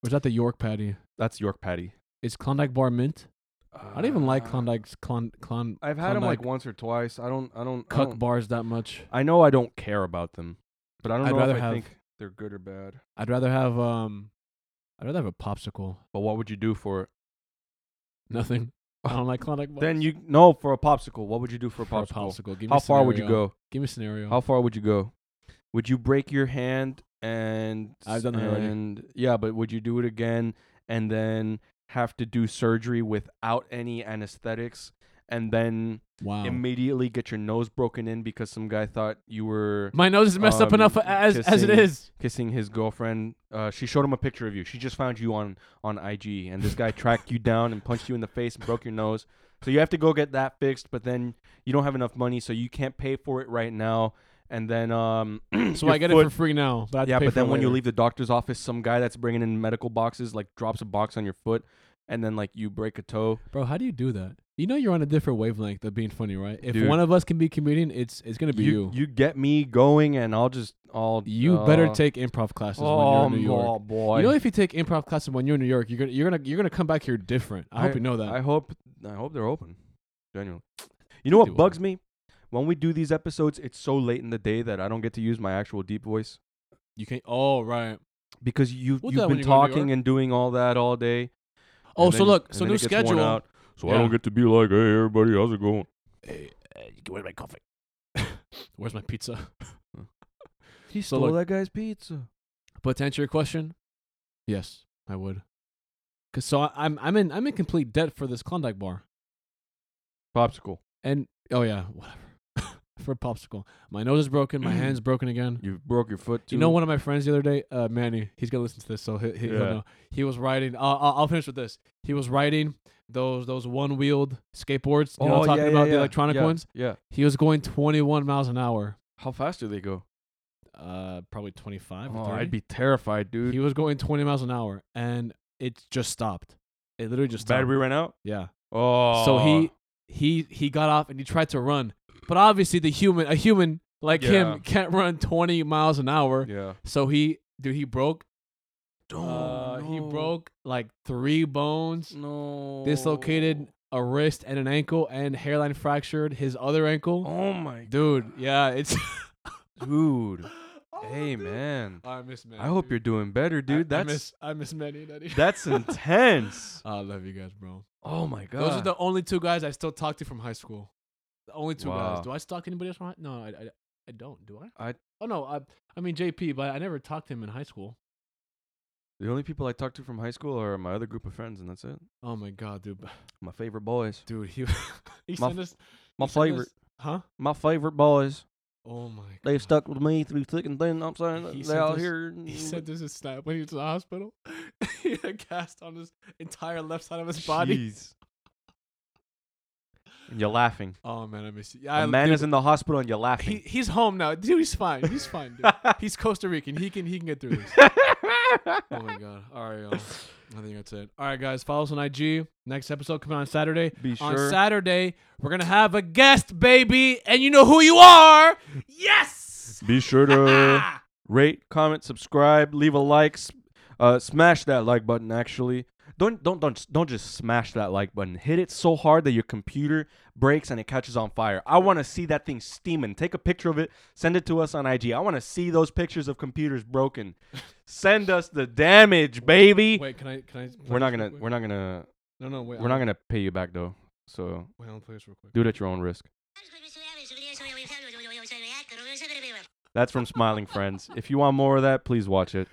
[SPEAKER 2] or is that the York patty?
[SPEAKER 1] That's York Patty.
[SPEAKER 2] Is Klondike bar mint? I don't even like
[SPEAKER 1] Uh,
[SPEAKER 2] Klondike's Klon Klon.
[SPEAKER 1] I've had them
[SPEAKER 2] Klondike
[SPEAKER 1] like once or twice. I don't. I don't. I,
[SPEAKER 2] cuck
[SPEAKER 1] don't-
[SPEAKER 2] bars that much.
[SPEAKER 1] I know I don't care about them, but I don't
[SPEAKER 2] I'd
[SPEAKER 1] know
[SPEAKER 2] rather
[SPEAKER 1] if I
[SPEAKER 2] have-
[SPEAKER 1] think they're good or bad.
[SPEAKER 2] I'd rather have um, I'd rather have a popsicle.
[SPEAKER 1] But what would you do for it?
[SPEAKER 2] Nothing. I don't like Klondike bars.
[SPEAKER 1] Then you no for a popsicle. What would you do for a
[SPEAKER 2] For a
[SPEAKER 1] popsicle?
[SPEAKER 2] popsicle. Give me
[SPEAKER 1] How
[SPEAKER 2] a
[SPEAKER 1] far would you
[SPEAKER 2] scenario.
[SPEAKER 1] go?
[SPEAKER 2] Give me a scenario.
[SPEAKER 1] How far would you go? Would you break your hand and
[SPEAKER 2] I've done that already.
[SPEAKER 1] and- yeah, but would you do it again and then have to do surgery without any anesthetics and then
[SPEAKER 2] wow.
[SPEAKER 1] immediately get your nose broken in because some guy thought you were
[SPEAKER 2] My nose is messed up
[SPEAKER 1] um,
[SPEAKER 2] enough as as it
[SPEAKER 1] kissing-
[SPEAKER 2] is.
[SPEAKER 1] kissing his girlfriend. Uh, she showed him a picture of you. She just found you on on IG, and this guy tracked you down and punched you in the face and broke your nose. So you have to go get that fixed, but then you don't have enough money, so you can't pay for it right now. And then um,
[SPEAKER 2] So
[SPEAKER 1] your
[SPEAKER 2] I get
[SPEAKER 1] foot-
[SPEAKER 2] it for free now. But I have to
[SPEAKER 1] yeah,
[SPEAKER 2] pay
[SPEAKER 1] but
[SPEAKER 2] for
[SPEAKER 1] then
[SPEAKER 2] it
[SPEAKER 1] when you
[SPEAKER 2] later.
[SPEAKER 1] leave the doctor's office, some guy that's bringing in medical boxes like drops a box on your foot, and then like you break a toe.
[SPEAKER 2] bro, how do you do that? You know you're on a different wavelength of being funny, right? If
[SPEAKER 1] Dude.
[SPEAKER 2] one of us can be comedian, it's it's gonna be
[SPEAKER 1] you
[SPEAKER 2] you.
[SPEAKER 1] get me going, and I'll just I'll
[SPEAKER 2] You better
[SPEAKER 1] uh,
[SPEAKER 2] take improv classes when
[SPEAKER 1] Oh,
[SPEAKER 2] you're in New York.
[SPEAKER 1] oh, boy!
[SPEAKER 2] You know, if you take improv classes when you're in New York, you're gonna you're gonna you're gonna come back here different. I, hope you know that.
[SPEAKER 1] I hope I hope they're open. Genuinely. You know what
[SPEAKER 2] They
[SPEAKER 1] bugs me? When we do these episodes, it's so late in the day that I don't get to use my actual deep voice
[SPEAKER 2] you can't. Oh right.
[SPEAKER 1] because you
[SPEAKER 2] We'll do
[SPEAKER 1] you've
[SPEAKER 2] that when
[SPEAKER 1] been
[SPEAKER 2] you go to New
[SPEAKER 1] talking
[SPEAKER 2] York.
[SPEAKER 1] and doing all that all day.
[SPEAKER 2] Oh,
[SPEAKER 1] and
[SPEAKER 2] so
[SPEAKER 1] then-
[SPEAKER 2] look,
[SPEAKER 1] and
[SPEAKER 2] so
[SPEAKER 1] then
[SPEAKER 2] new
[SPEAKER 1] it gets worn
[SPEAKER 2] schedule.
[SPEAKER 1] out. So I
[SPEAKER 2] Yeah.
[SPEAKER 1] don't get to be like, "Hey, everybody, how's it going?"
[SPEAKER 2] Hey, uh, where's my coffee? where's my pizza?
[SPEAKER 1] He
[SPEAKER 2] So
[SPEAKER 1] stole
[SPEAKER 2] look-
[SPEAKER 1] that guy's pizza.
[SPEAKER 2] But to answer your question, yes, I would. Cause so I, I'm I'm in I'm in complete debt for this Klondike bar.
[SPEAKER 1] Popsicle.
[SPEAKER 2] And oh yeah, whatever. for a popsicle, my nose is broken. My hand's broken again.
[SPEAKER 1] You broke your foot too.
[SPEAKER 2] You know, one of my friends the other day, uh, Manny, he's gonna listen to this, so he, he, will
[SPEAKER 1] Yeah.
[SPEAKER 2] know. He was riding. Uh, I'll I'll finish with this. He was riding those those one wheeled skateboards. You know, what I'm
[SPEAKER 1] Oh,
[SPEAKER 2] talking
[SPEAKER 1] yeah,
[SPEAKER 2] about
[SPEAKER 1] yeah,
[SPEAKER 2] the
[SPEAKER 1] yeah.
[SPEAKER 2] electronic
[SPEAKER 1] Yeah,
[SPEAKER 2] ones.
[SPEAKER 1] Yeah.
[SPEAKER 2] He was going 21 miles an hour.
[SPEAKER 1] How fast do they go?
[SPEAKER 2] Uh, probably 25.
[SPEAKER 1] Oh,
[SPEAKER 2] or 30.
[SPEAKER 1] I'd be terrified, dude.
[SPEAKER 2] He was going 20 miles an hour, and it just stopped. It literally just stopped.
[SPEAKER 1] Battery ran out.
[SPEAKER 2] Yeah.
[SPEAKER 1] Oh.
[SPEAKER 2] So he he he got off and he tried to run, but obviously the human a human like
[SPEAKER 1] Yeah.
[SPEAKER 2] him can't run 20 miles an hour.
[SPEAKER 1] Yeah.
[SPEAKER 2] So he dude he broke.
[SPEAKER 1] Don't.
[SPEAKER 2] uh, He broke like three bones,
[SPEAKER 1] No.
[SPEAKER 2] dislocated a wrist and an ankle, and hairline fractured his other ankle.
[SPEAKER 1] Oh my
[SPEAKER 2] Dude, yeah, it's.
[SPEAKER 1] dude.
[SPEAKER 2] Oh,
[SPEAKER 1] hey
[SPEAKER 2] dude.
[SPEAKER 1] man.
[SPEAKER 2] I miss Manny.
[SPEAKER 1] I hope you're doing better, dude.
[SPEAKER 2] I,
[SPEAKER 1] That's
[SPEAKER 2] I miss, I miss Manny. Daddy.
[SPEAKER 1] that's intense.
[SPEAKER 2] I love you guys, bro.
[SPEAKER 1] Oh my god.
[SPEAKER 2] Those are the only two guys I still talk to from high school. The only two
[SPEAKER 1] Wow.
[SPEAKER 2] guys. Do I stalk anybody else from high? No, I, I, I don't. Do I?
[SPEAKER 1] I-
[SPEAKER 2] Oh no, I I mean JP, but I never talked to him in high school.
[SPEAKER 1] The only people I talk to from high school are my other group of friends, and that's it.
[SPEAKER 2] Oh my god, dude,
[SPEAKER 1] My favorite boys.
[SPEAKER 2] dude, he he
[SPEAKER 1] My
[SPEAKER 2] sent us
[SPEAKER 1] My
[SPEAKER 2] he sent
[SPEAKER 1] favorite.
[SPEAKER 2] us- huh?
[SPEAKER 1] My favorite boys.
[SPEAKER 2] Oh my. god.
[SPEAKER 1] They've stuck with me through thick and thin. I'm saying
[SPEAKER 2] He
[SPEAKER 1] they
[SPEAKER 2] sent
[SPEAKER 1] out
[SPEAKER 2] us-
[SPEAKER 1] here.
[SPEAKER 2] He sent us a snap when he was in the hospital. he had a cast on his entire left side of his body.
[SPEAKER 1] And you're laughing.
[SPEAKER 2] Oh man, I miss you. Yeah,
[SPEAKER 1] A
[SPEAKER 2] I-
[SPEAKER 1] man
[SPEAKER 2] dude,
[SPEAKER 1] is in the hospital, and you're
[SPEAKER 2] He,
[SPEAKER 1] laughing.
[SPEAKER 2] he's home now, dude. He's fine. He's fine, dude. he's Costa Rican. He can he can get through this. oh my god. All right, y'all. I think that's it. All right, guys. Follow us on IG. Next episode coming on Saturday.
[SPEAKER 1] Be
[SPEAKER 2] On
[SPEAKER 1] sure.
[SPEAKER 2] Saturday, we're gonna have a guest, baby, and you know who you are. Yes.
[SPEAKER 1] Be sure to rate, comment, subscribe, leave a like, s- uh, smash that like button. Actually, don't don't don't don't just smash that like button. Hit it so hard that your computer breaks and it catches on fire. I want to see that thing steaming. Take a picture of it. Send it to us on IG. I want to see those pictures of computers broken. send us the damage, baby.
[SPEAKER 2] Wait, can I? Can I? play
[SPEAKER 1] we're not
[SPEAKER 2] this real
[SPEAKER 1] gonna
[SPEAKER 2] quick?
[SPEAKER 1] we're not gonna
[SPEAKER 2] No, no, wait.
[SPEAKER 1] we're not gonna pay you back though. So
[SPEAKER 2] Wait, I'll play this real quick.
[SPEAKER 1] do it at your own risk.
[SPEAKER 7] Dude.
[SPEAKER 1] That's from Smiling Friends. If you want more of that, please watch it.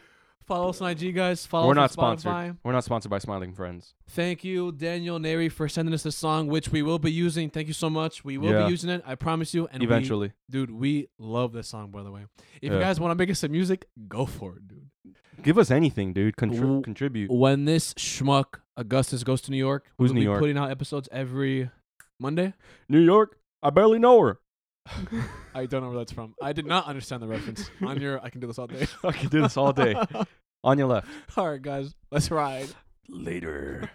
[SPEAKER 2] Follow us on IG, guys. Follow
[SPEAKER 1] We're
[SPEAKER 2] us on
[SPEAKER 1] not
[SPEAKER 2] Spotify.
[SPEAKER 1] sponsored. We're not sponsored by Smiling Friends.
[SPEAKER 2] Thank you, Daniel Neri, for sending us this song, which we will be using. Thank you so much. We will
[SPEAKER 1] Yeah.
[SPEAKER 2] be using it. I promise you. And we-
[SPEAKER 1] Eventually.
[SPEAKER 2] dude, we love this song. By the way, if you
[SPEAKER 1] Yeah.
[SPEAKER 2] guys want to make us some music, go for it, dude.
[SPEAKER 1] Give us anything, dude. Contri-
[SPEAKER 2] Ooh.
[SPEAKER 1] contribute.
[SPEAKER 2] when this schmuck Augustus goes to New York,
[SPEAKER 1] Who's
[SPEAKER 2] we'll
[SPEAKER 1] New
[SPEAKER 2] be
[SPEAKER 1] York?
[SPEAKER 2] putting out episodes every Monday.
[SPEAKER 1] New York. I barely know her.
[SPEAKER 2] I don't know where that's from. I did not understand the reference. On your, I can do this all day.
[SPEAKER 1] I can do this all day. On your left.
[SPEAKER 2] all right, guys, let's ride.
[SPEAKER 1] Later.